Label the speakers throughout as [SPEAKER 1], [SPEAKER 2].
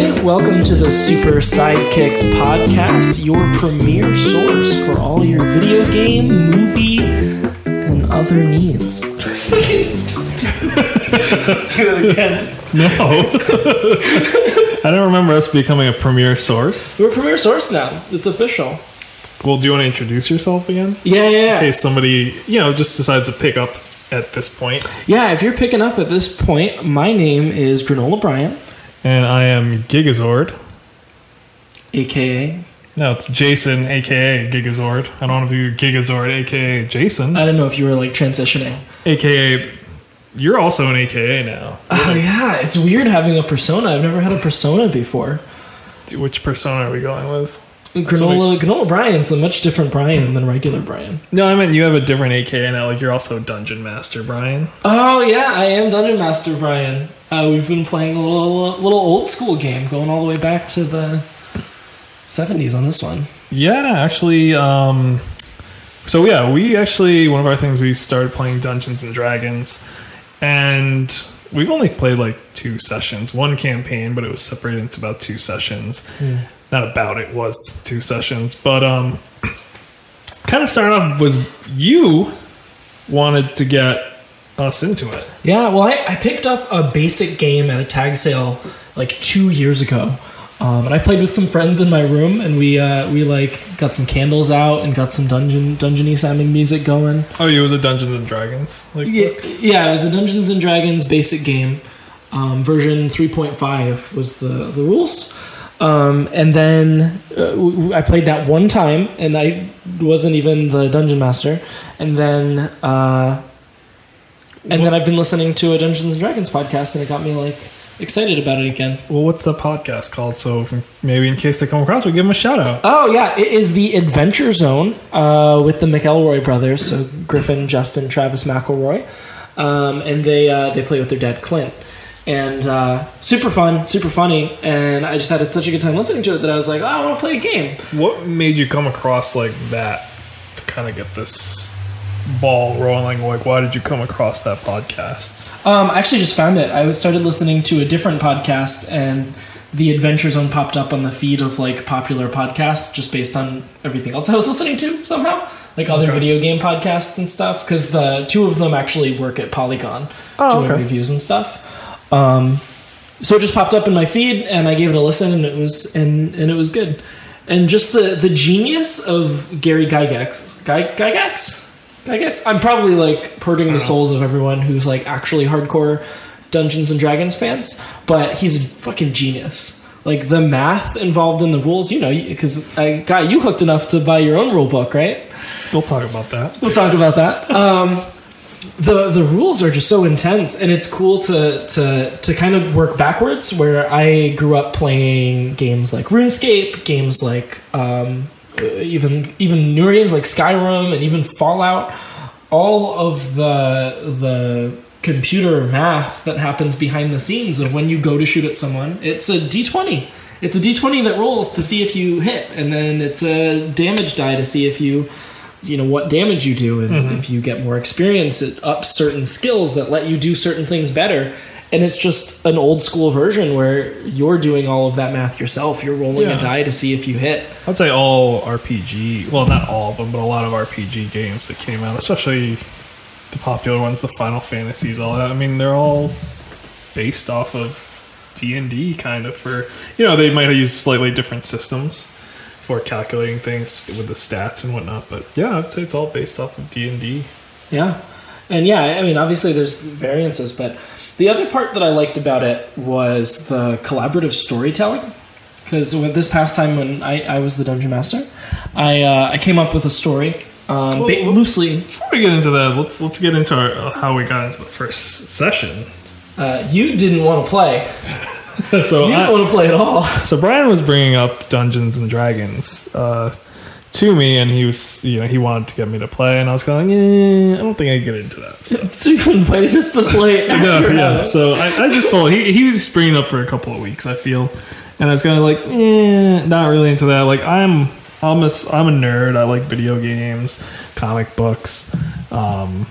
[SPEAKER 1] to the Super Sidekicks podcast, your premier source for all your video game, movie, and other needs.
[SPEAKER 2] No. I don't remember us becoming a premier source.
[SPEAKER 1] We're a premier source now. It's official.
[SPEAKER 2] Well, do you want to introduce yourself again?
[SPEAKER 1] Yeah, yeah,
[SPEAKER 2] In
[SPEAKER 1] yeah.
[SPEAKER 2] case somebody, you know, just decides to pick up at this point.
[SPEAKER 1] Yeah, if you're picking up at this point, my name is Granola Bryant,
[SPEAKER 2] And I am Gigazord.
[SPEAKER 1] aka.
[SPEAKER 2] No, it's Jason, aka Gigazord. I don't know if you Gigazord, aka Jason,
[SPEAKER 1] I don't know if you were like transitioning.
[SPEAKER 2] aka. You're also an AKA now.
[SPEAKER 1] Oh, yeah. It's weird having a persona. I've never had a persona before.
[SPEAKER 2] Dude, Which persona are we going with?
[SPEAKER 1] Granola, Granola Brian's a much different Brian than regular Brian.
[SPEAKER 2] No, I meant you have a different AKA now. Like you're also Dungeon Master Brian.
[SPEAKER 1] Oh yeah, I am Dungeon Master Brian. Uh, we've been playing a little little old school game, going all the way back to the seventies on this one.
[SPEAKER 2] Yeah, actually. Um, so yeah, we actually one of our things we started playing Dungeons and Dragons, and we've only played like two sessions, one campaign, but it was separated into about two sessions. Not about it was two sessions, but um, kind of started off was you wanted to get us into it.
[SPEAKER 1] Yeah, well, I, I picked up a basic game at a tag sale like two years ago, um, and I played with some friends in my room, and we uh, we like got some candles out and got some dungeon dungeony sounding music going.
[SPEAKER 2] Oh, you was a Dungeons and Dragons. Like,
[SPEAKER 1] Yeah, yeah, it was the Dungeons and Dragons basic game. Um, version 3.5 was the, the rules. Um, and then uh, w- w- I played that one time, and I wasn't even the dungeon master. And then, uh, and then I've been listening to a Dungeons and Dragons podcast, and it got me like excited about it again.
[SPEAKER 2] Well, what's the podcast called? So maybe in case they come across, we give them a shout out.
[SPEAKER 1] Oh yeah, it is the Adventure Zone uh, with the McElroy brothers, so Griffin, Justin, Travis McElroy, um, and they uh, they play with their dad Clint, and uh, super fun, super funny, and I just had such a good time listening to it that I was like, oh, I want to play a game.
[SPEAKER 2] What made you come across like that to kind of get this ball rolling? Like, why did you come across that podcast?
[SPEAKER 1] Um, I actually just found it. I was started listening to a different podcast, and the Adventure Zone popped up on the feed of like popular podcasts, just based on everything else I was listening to somehow, like other
[SPEAKER 2] Okay.
[SPEAKER 1] video game podcasts and stuff. Because the two of them actually work at Polygon,
[SPEAKER 2] Oh,
[SPEAKER 1] doing
[SPEAKER 2] okay.
[SPEAKER 1] reviews and stuff. Um, so it just popped up in my feed, and I gave it a listen, and it was and and it was good. And just the the genius of Gary Gygax, Gy, Gygax, Gygax. I'm probably like hurting the souls of everyone who's like actually hardcore Dungeons and Dragons fans, but he's a fucking genius. Like the math involved in the rules, you know, because I got you hooked enough to buy your own rule book, right?
[SPEAKER 2] We'll talk about that.
[SPEAKER 1] We'll talk about that. Um, the the rules are just so intense, and it's cool to to to kind of work backwards. Where I grew up playing games like RuneScape, games like um, uh, even even newer games like Skyrim, and even Fallout. All of the the computer math that happens behind the scenes of when you go to shoot at someone, it's a D twenty. It's a D twenty that rolls to see if you hit, and then it's a damage die to see if you you know what damage you do and if you get more experience it ups certain skills that let you do certain things better and it's just an old school version where you're doing all of that math yourself you're rolling
[SPEAKER 2] Yeah.
[SPEAKER 1] a die to see if you hit
[SPEAKER 2] I'd say all RPG, well, not all of them, but a lot of RPG games that came out, especially the popular ones, the Final Fantasies, all that. I mean, they're all based off of D and D, kind of. For you know, they might use slightly different systems for calculating things with the stats and whatnot. But yeah, I'd say it's all based off of D and D.
[SPEAKER 1] Yeah. And yeah, I mean, obviously there's variances, but the other part that I liked about it was the collaborative storytelling. Because this past time when I, I was the dungeon master, I uh, I came up with a story, um,
[SPEAKER 2] Well,
[SPEAKER 1] ba-
[SPEAKER 2] well-
[SPEAKER 1] loosely.
[SPEAKER 2] Before we get into that, let's let's get into our, uh, how we got into the first session.
[SPEAKER 1] Uh, you didn't want to play.
[SPEAKER 2] so
[SPEAKER 1] You
[SPEAKER 2] I-
[SPEAKER 1] didn't want to play at all.
[SPEAKER 2] so Brian was bringing up Dungeons and Dragons uh, to me, and he was you know he wanted to get me to play, and I was kind of like, eh, I don't think I get into that. So,
[SPEAKER 1] so you invited us to play.
[SPEAKER 2] no,
[SPEAKER 1] after
[SPEAKER 2] yeah.
[SPEAKER 1] us.
[SPEAKER 2] So I, I just told he he was bringing it up for a couple of weeks. I feel, and I was kind of like, eh, not really into that. Like I'm I'm a s- I'm a nerd. I like video games, comic books. Um,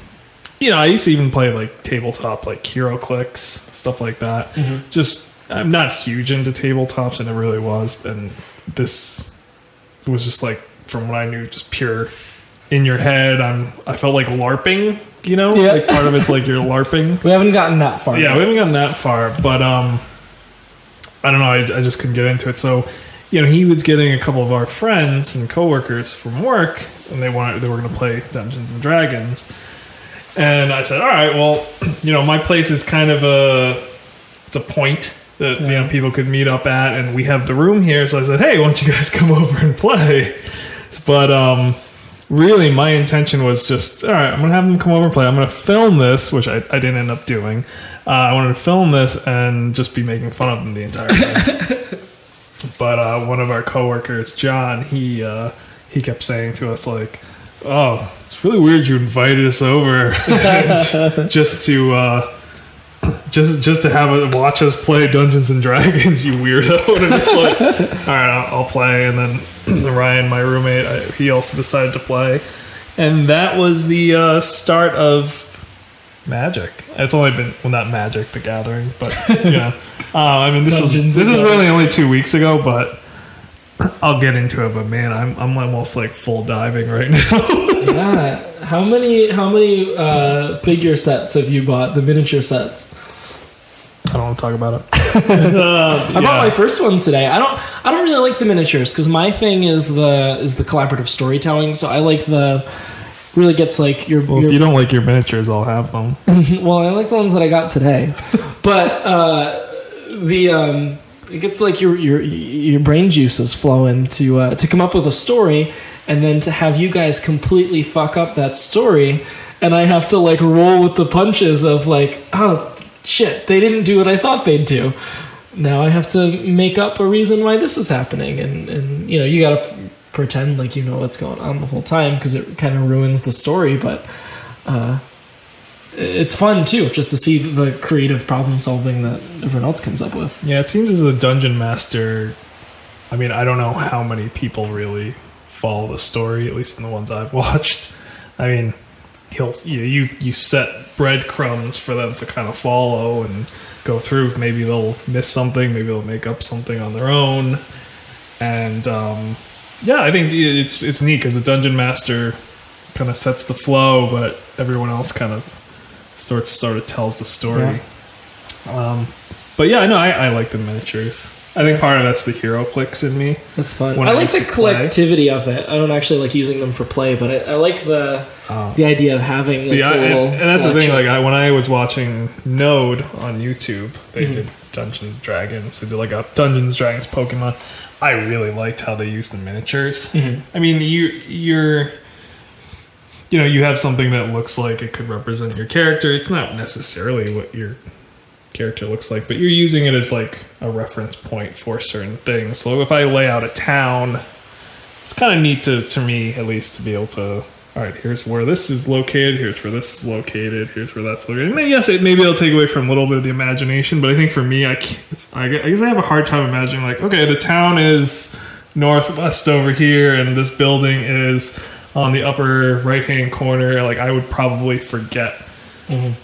[SPEAKER 2] you know, I used to even play like tabletop, like Hero Clicks, stuff like that. Just I'm not huge into tabletops. I never really was, and this was just like from what I knew, just pure in your head. I'm I felt like LARPing, you know,
[SPEAKER 1] Yeah.
[SPEAKER 2] like part of it's like you're LARPing.
[SPEAKER 1] We haven't gotten that far.
[SPEAKER 2] Yeah, we haven't gotten that far, but um, I don't know. I, I just couldn't get into it. So, you know, he was getting a couple of our friends and coworkers from work, and they wanted they were going to play Dungeons and Dragons. And I said, all right, well, you know, my place is kind of a it's a point that you know people could meet up at, and we have the room here. So I said, hey, why don't you guys come over and play? But um, really my intention was just all right i'm gonna have them come over and play i'm gonna film this which i, I didn't end up doing uh, i wanted to film this and just be making fun of them the entire time but uh, one of our coworkers john he uh, he kept saying to us like oh it's really weird you invited us over and just to uh, just just to have a, watch us play Dungeons and Dragons, you weirdo. And I'm just like, all right, I'll, I'll play. And then Ryan, my roommate, I, he also decided to play, and that was the uh, start of Magic. It's only been well, not Magic, The Gathering, but you know, uh, I mean, this was
[SPEAKER 1] Dungeons
[SPEAKER 2] this is
[SPEAKER 1] and
[SPEAKER 2] really only two weeks ago, but I'll get into it. But man, I'm I'm almost like full diving right now.
[SPEAKER 1] Yeah. How many how many uh, figure sets have you bought? The miniature sets.
[SPEAKER 2] I don't want to talk about it. Uh,
[SPEAKER 1] I bought my first one today. I don't I don't really like the miniatures because my thing is the is the collaborative storytelling. So I like the really gets like your,
[SPEAKER 2] well,
[SPEAKER 1] your
[SPEAKER 2] if you don't like your miniatures, I'll have them.
[SPEAKER 1] well I like the ones that I got today, but uh, the um, it gets like your your your brain juices flowing to uh, to come up with a story and then to have you guys completely fuck up that story and I have to like roll with the punches of like oh shit they didn't do what I thought they'd do. Now I have to make up a reason why this is happening and and you know you got to pretend like you know what's going on the whole time because it kind of ruins the story but uh, it's fun too, just to see the creative problem solving that everyone else comes up with.
[SPEAKER 2] Yeah, it seems as a dungeon master. I mean, I don't know how many people really follow the story, at least in the ones I've watched. I mean, he'll you you, you set breadcrumbs for them to kind of follow and go through. Maybe they'll miss something. Maybe they'll make up something on their own. And um, yeah, I think it's it's neat because the dungeon master kind of sets the flow, but everyone else kind of sort sort of tells the story. Um, but yeah, no, I, I like the miniatures. I think part of that's the hero clicks in me.
[SPEAKER 1] That's fun.
[SPEAKER 2] When
[SPEAKER 1] I
[SPEAKER 2] I
[SPEAKER 1] like
[SPEAKER 2] used
[SPEAKER 1] the
[SPEAKER 2] to play.
[SPEAKER 1] collectivity of it. I don't actually like using them for play, but I, I like the
[SPEAKER 2] Um,
[SPEAKER 1] the idea of having. Like,
[SPEAKER 2] so yeah,
[SPEAKER 1] the
[SPEAKER 2] and,
[SPEAKER 1] little
[SPEAKER 2] and that's the thing.
[SPEAKER 1] collection.
[SPEAKER 2] Like I, when I was watching Node on YouTube, they did Dungeons and Dragons. They did like a Dungeons Dragons Pokemon. I really liked how they used the miniatures.
[SPEAKER 1] Mm-hmm.
[SPEAKER 2] I mean, you you're you know you have something that looks like it could represent your character. It's not necessarily what your character looks like, but you're using it as like a reference point for certain things. So if I lay out a town, it's kind of neat to to me at least to be able to. All right, here's where this is located. Here's where this is located. Here's where that's located. And yes, it, maybe it'll take away from a little bit of the imagination, but I think for me, I can't, it's, I gu- I guess I have a hard time imagining like, okay, the town is northwest over here, and this building is on the upper right hand corner. Like I would probably forget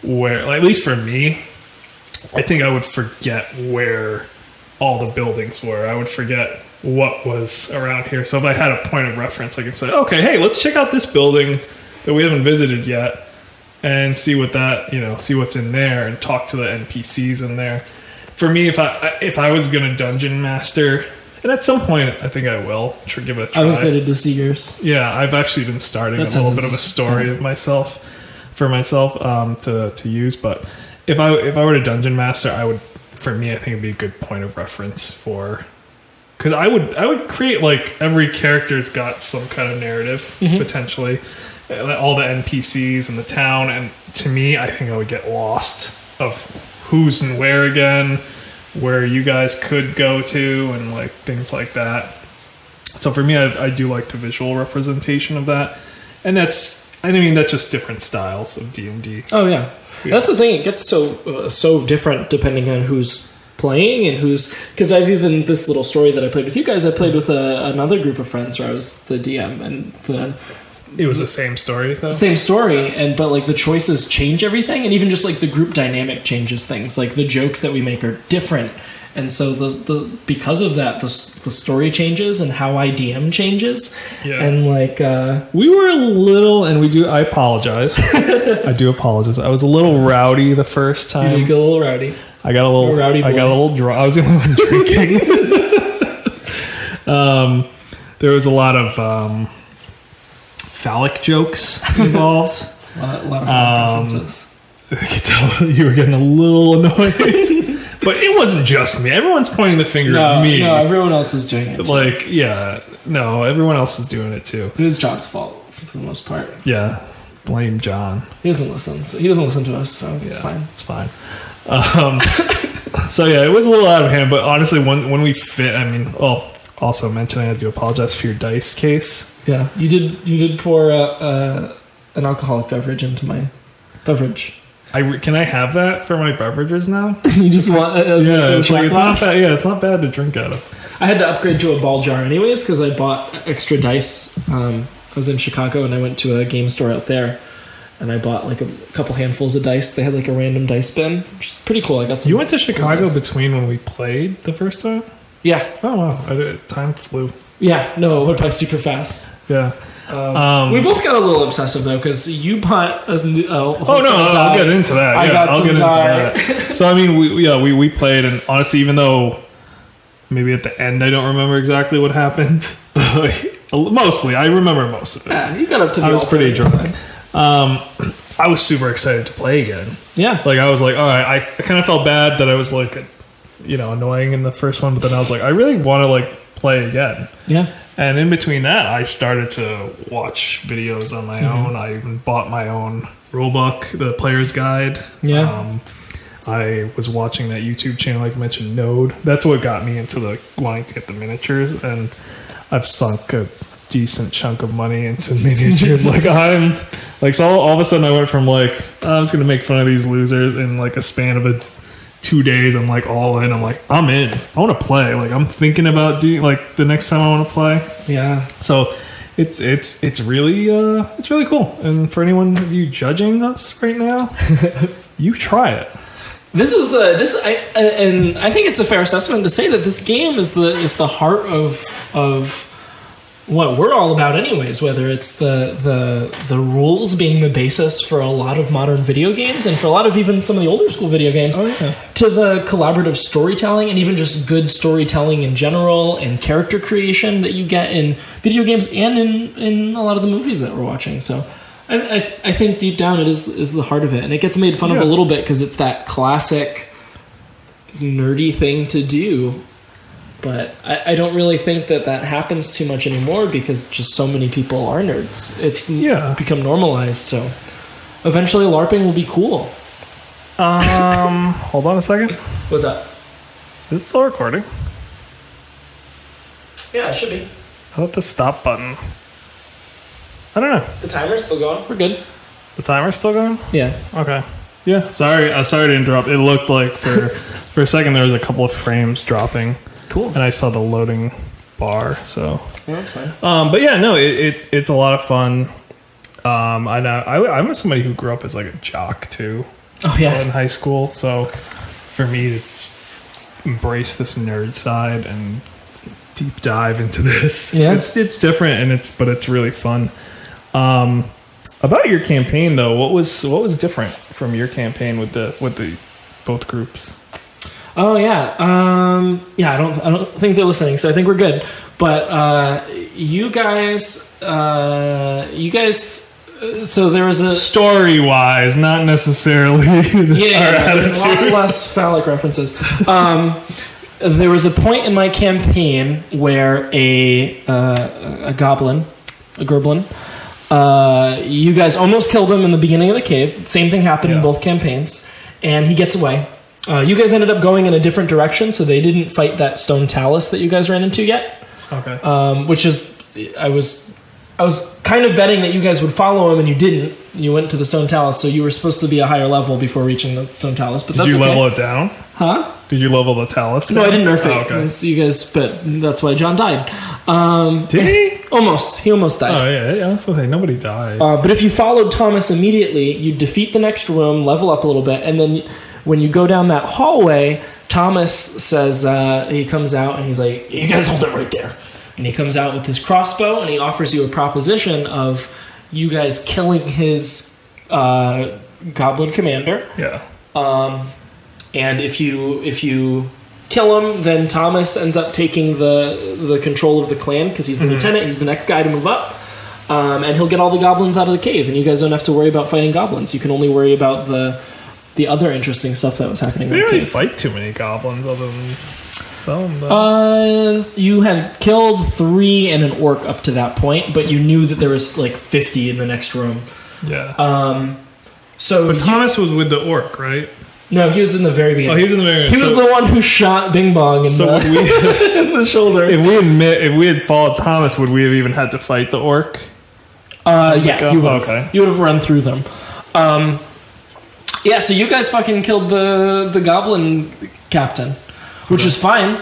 [SPEAKER 2] where, like, at least for me, I think I would forget where all the buildings were. I would forget what was around here. So if I had a point of reference, I could say, okay, hey, let's check out this building that we haven't visited yet and see what that, you know, see what's in there and talk to the NPCs in there. For me, if I I- if I was gonna dungeon master, and at some point I think I will tr- give it a try.
[SPEAKER 1] I'm excited to see yours.
[SPEAKER 2] Yeah, I've actually been starting
[SPEAKER 1] That
[SPEAKER 2] a little
[SPEAKER 1] sounds
[SPEAKER 2] bit of a story of myself for myself um, to to use. But if I if I were to dungeon master, I would for me I think it'd be a good point of reference for because I would I would create like every character's got some kind of narrative
[SPEAKER 1] Mm-hmm.
[SPEAKER 2] potentially, Uh, like, all the NPCs in the town, and to me I think I would get lost of who's and where again, where you guys could go to, and like things like that. So for me, I, I do like the visual representation of that, and that's I mean that's just different styles of D and D.
[SPEAKER 1] Oh yeah. that's the thing. It gets so uh, so different depending on who's playing and who's because I've even this little story that I played with you guys. I played with a, another group of friends where I was the DM and the
[SPEAKER 2] It was the same story though.
[SPEAKER 1] same story and but like the choices change everything and even just like the group dynamic changes things like the jokes that we make are different And so the, the because of that, the, s- the story changes and how I DM changes.
[SPEAKER 2] Yeah.
[SPEAKER 1] And like, uh,
[SPEAKER 2] We were a little, and we do. I apologize. I do apologize. I was a little rowdy the first
[SPEAKER 1] you
[SPEAKER 2] time.
[SPEAKER 1] get a little rowdy.
[SPEAKER 2] I got a little
[SPEAKER 1] a rowdy
[SPEAKER 2] I got a
[SPEAKER 1] boy.
[SPEAKER 2] little drunk. I was the only one drinking. um, there was a lot of um, phallic jokes involved.
[SPEAKER 1] A lot, uh, a lot of hard
[SPEAKER 2] Um,
[SPEAKER 1] preferences.
[SPEAKER 2] I could tell you were getting a little annoyed, but it wasn't just me. Everyone's pointing the finger
[SPEAKER 1] No,
[SPEAKER 2] at me.
[SPEAKER 1] no, everyone else is doing it.
[SPEAKER 2] like, yeah, no, everyone else was doing it too.
[SPEAKER 1] It is John's fault for the most part.
[SPEAKER 2] Yeah, blame John.
[SPEAKER 1] He doesn't listen. So he doesn't listen to us, so it's
[SPEAKER 2] Yeah,
[SPEAKER 1] fine.
[SPEAKER 2] It's fine. Um, so yeah, it was a little out of hand, but honestly, when when we fit, I mean, well, also mentioning, I do apologize for your dice case.
[SPEAKER 1] Yeah, you did. You did pour uh, uh, an alcoholic beverage into my beverage.
[SPEAKER 2] I re- can I have that for my beverages now?
[SPEAKER 1] you just want uh, as
[SPEAKER 2] yeah,
[SPEAKER 1] a
[SPEAKER 2] it's, like,
[SPEAKER 1] shot
[SPEAKER 2] it's not
[SPEAKER 1] glass.
[SPEAKER 2] bad. Yeah, it's not bad to drink out of.
[SPEAKER 1] I had to upgrade to a ball jar anyways because I bought extra dice. Um, I was in Chicago and I went to a game store out there, and I bought like a couple handfuls of dice. They had like a random dice bin, which is pretty cool. I got some.
[SPEAKER 2] You went to Chicago
[SPEAKER 1] dice.
[SPEAKER 2] between when we played the first time.
[SPEAKER 1] yeah,
[SPEAKER 2] Oh wow, I did- time flew.
[SPEAKER 1] yeah. No, it went by super fast.
[SPEAKER 2] Yeah.
[SPEAKER 1] Um,
[SPEAKER 2] Um,
[SPEAKER 1] we both got a little obsessive though because you bought a, n- a
[SPEAKER 2] Oh no, I'll, I'll get into that.
[SPEAKER 1] I
[SPEAKER 2] yeah,
[SPEAKER 1] got
[SPEAKER 2] I'll
[SPEAKER 1] some
[SPEAKER 2] get into
[SPEAKER 1] dye.
[SPEAKER 2] that. So I mean, we yeah, we we played, and honestly, even though maybe at the end I don't remember exactly what happened. like, mostly, I remember most of it.
[SPEAKER 1] Yeah, you got up to.
[SPEAKER 2] I
[SPEAKER 1] the
[SPEAKER 2] was
[SPEAKER 1] altar,
[SPEAKER 2] pretty
[SPEAKER 1] it's fine.
[SPEAKER 2] drunk. Um, I was super excited to play again.
[SPEAKER 1] Yeah,
[SPEAKER 2] Like I was like, all right, I, I kind of felt bad that I was like, you know, annoying in the first one, but then I was like, I really want to like play again.
[SPEAKER 1] yeah.
[SPEAKER 2] And in between that, I started to watch videos on my own. I even bought my own rulebook, the player's guide.
[SPEAKER 1] Yeah.
[SPEAKER 2] Um, I was watching that YouTube channel, like I mentioned, Node. That's what got me into the wanting to get the miniatures, and I've sunk a decent chunk of money into miniatures. like I'm, like so all, all of a sudden I went from like "Oh, I was gonna make fun of these losers in like a span of a two days i'm like all in i'm like i'm in i want to play like i'm thinking about doing like the next time i want to play
[SPEAKER 1] Yeah.
[SPEAKER 2] so it's it's it's really uh it's really cool and for anyone of you judging us right now you try it
[SPEAKER 1] This is the this I I- and I think it's a fair assessment to say that this game is the is the heart of of what we're all about anyways whether it's the the the rules being the basis for a lot of modern video games and for a lot of even some of the older school video games
[SPEAKER 2] yeah
[SPEAKER 1] to the collaborative storytelling and even just good storytelling in general and character creation that you get in video games and in, in a lot of the movies that we're watching. So I, I, I think deep down it is is the heart of it, and it gets made fun of
[SPEAKER 2] Yeah.
[SPEAKER 1] a little bit because it's that classic nerdy thing to do. But I, I don't really think that that happens too much anymore because just so many people are nerds. It's n-
[SPEAKER 2] Yeah.
[SPEAKER 1] become normalized. So eventually, LARPing will be cool.
[SPEAKER 2] um hold on a second
[SPEAKER 1] What's up?
[SPEAKER 2] is this still recording
[SPEAKER 1] Yeah, it should be.
[SPEAKER 2] i thought the stop button i don't know
[SPEAKER 1] The timer's still going. We're good.
[SPEAKER 2] the timer's still going
[SPEAKER 1] Yeah.
[SPEAKER 2] okay yeah sorry uh, sorry to interrupt it looked like for for a second there was a couple of frames dropping
[SPEAKER 1] Cool.
[SPEAKER 2] and i saw the loading bar so
[SPEAKER 1] that's fine.
[SPEAKER 2] Um, but yeah, no, it, it it's a lot of fun. Um, I know I, I'm somebody who grew up as like a jock too
[SPEAKER 1] Oh
[SPEAKER 2] in
[SPEAKER 1] yeah.
[SPEAKER 2] high school, so for me to s- embrace this nerd side and deep dive into this,
[SPEAKER 1] Yeah.
[SPEAKER 2] it's it's different and it's but it's really fun. Um, about your campaign though, what was what was different from your campaign with the with the both groups?
[SPEAKER 1] Oh yeah. Um, yeah. I don't. I don't think they're listening, so I think we're good. But uh, you guys, uh, you guys. uh, So there was a
[SPEAKER 2] Story wise, not necessarily.
[SPEAKER 1] yeah.
[SPEAKER 2] our
[SPEAKER 1] yeah, there's a lot
[SPEAKER 2] attitude.
[SPEAKER 1] less phallic references. Um, there was a point in my campaign where a uh, a goblin, a gerblin. Uh, you guys almost killed him in the beginning of the cave. Same thing happened in
[SPEAKER 2] Yeah.
[SPEAKER 1] both campaigns, and he gets away. Uh, you guys ended up going in a different direction, so they didn't fight that stone talus that you guys ran into yet.
[SPEAKER 2] Okay.
[SPEAKER 1] Um, which is, I was, I was kind of betting that you guys would follow him, and you didn't. You went to the stone talus, so you were supposed to be a higher level before reaching the stone talus. But
[SPEAKER 2] Did
[SPEAKER 1] that's
[SPEAKER 2] you
[SPEAKER 1] okay.
[SPEAKER 2] level it down?
[SPEAKER 1] huh?
[SPEAKER 2] Did you level the talus?
[SPEAKER 1] No, I
[SPEAKER 2] down?
[SPEAKER 1] didn't nerf it.
[SPEAKER 2] Oh, okay.
[SPEAKER 1] And so you guys, but that's why John died. Um,
[SPEAKER 2] Did he?
[SPEAKER 1] almost, he almost died.
[SPEAKER 2] Oh yeah, yeah, I was gonna say nobody died.
[SPEAKER 1] Uh, but if you followed Thomas immediately, you defeat the next room, level up a little bit, and then when you go down that hallway, Thomas says uh, he comes out and he's like, "You guys hold it right there." And he comes out with his crossbow and he offers you a proposition of you guys killing his uh, goblin commander.
[SPEAKER 2] Yeah.
[SPEAKER 1] And if you if you kill him, then Thomas ends up taking the the control of the clan because he's the
[SPEAKER 2] Mm-hmm.
[SPEAKER 1] lieutenant. He's the next guy to move up, um, and he'll get all the goblins out of the cave. And you guys don't have to worry about fighting goblins. You can only worry about the the other interesting stuff that was happening.
[SPEAKER 2] We
[SPEAKER 1] in the
[SPEAKER 2] didn't really
[SPEAKER 1] cave.
[SPEAKER 2] fight too many goblins other than them. though.
[SPEAKER 1] Uh, you had killed three and an orc up to that point, but you knew that there was like fifty in the next room.
[SPEAKER 2] yeah.
[SPEAKER 1] um, So
[SPEAKER 2] but
[SPEAKER 1] you-
[SPEAKER 2] Thomas was with the orc, right?
[SPEAKER 1] no, he was in the very
[SPEAKER 2] Oh,
[SPEAKER 1] beginning.
[SPEAKER 2] he was in the mirror.
[SPEAKER 1] He was
[SPEAKER 2] so,
[SPEAKER 1] the one who shot Bing Bong in,
[SPEAKER 2] So
[SPEAKER 1] the,
[SPEAKER 2] would we,
[SPEAKER 1] in the shoulder.
[SPEAKER 2] if we admit, if we had followed Thomas, would we have even had to fight the orc?
[SPEAKER 1] Uh, yeah,
[SPEAKER 2] go-
[SPEAKER 1] you would have.
[SPEAKER 2] okay.
[SPEAKER 1] You would have run through them. Um, yeah, so you guys fucking killed the the goblin captain, which is fine.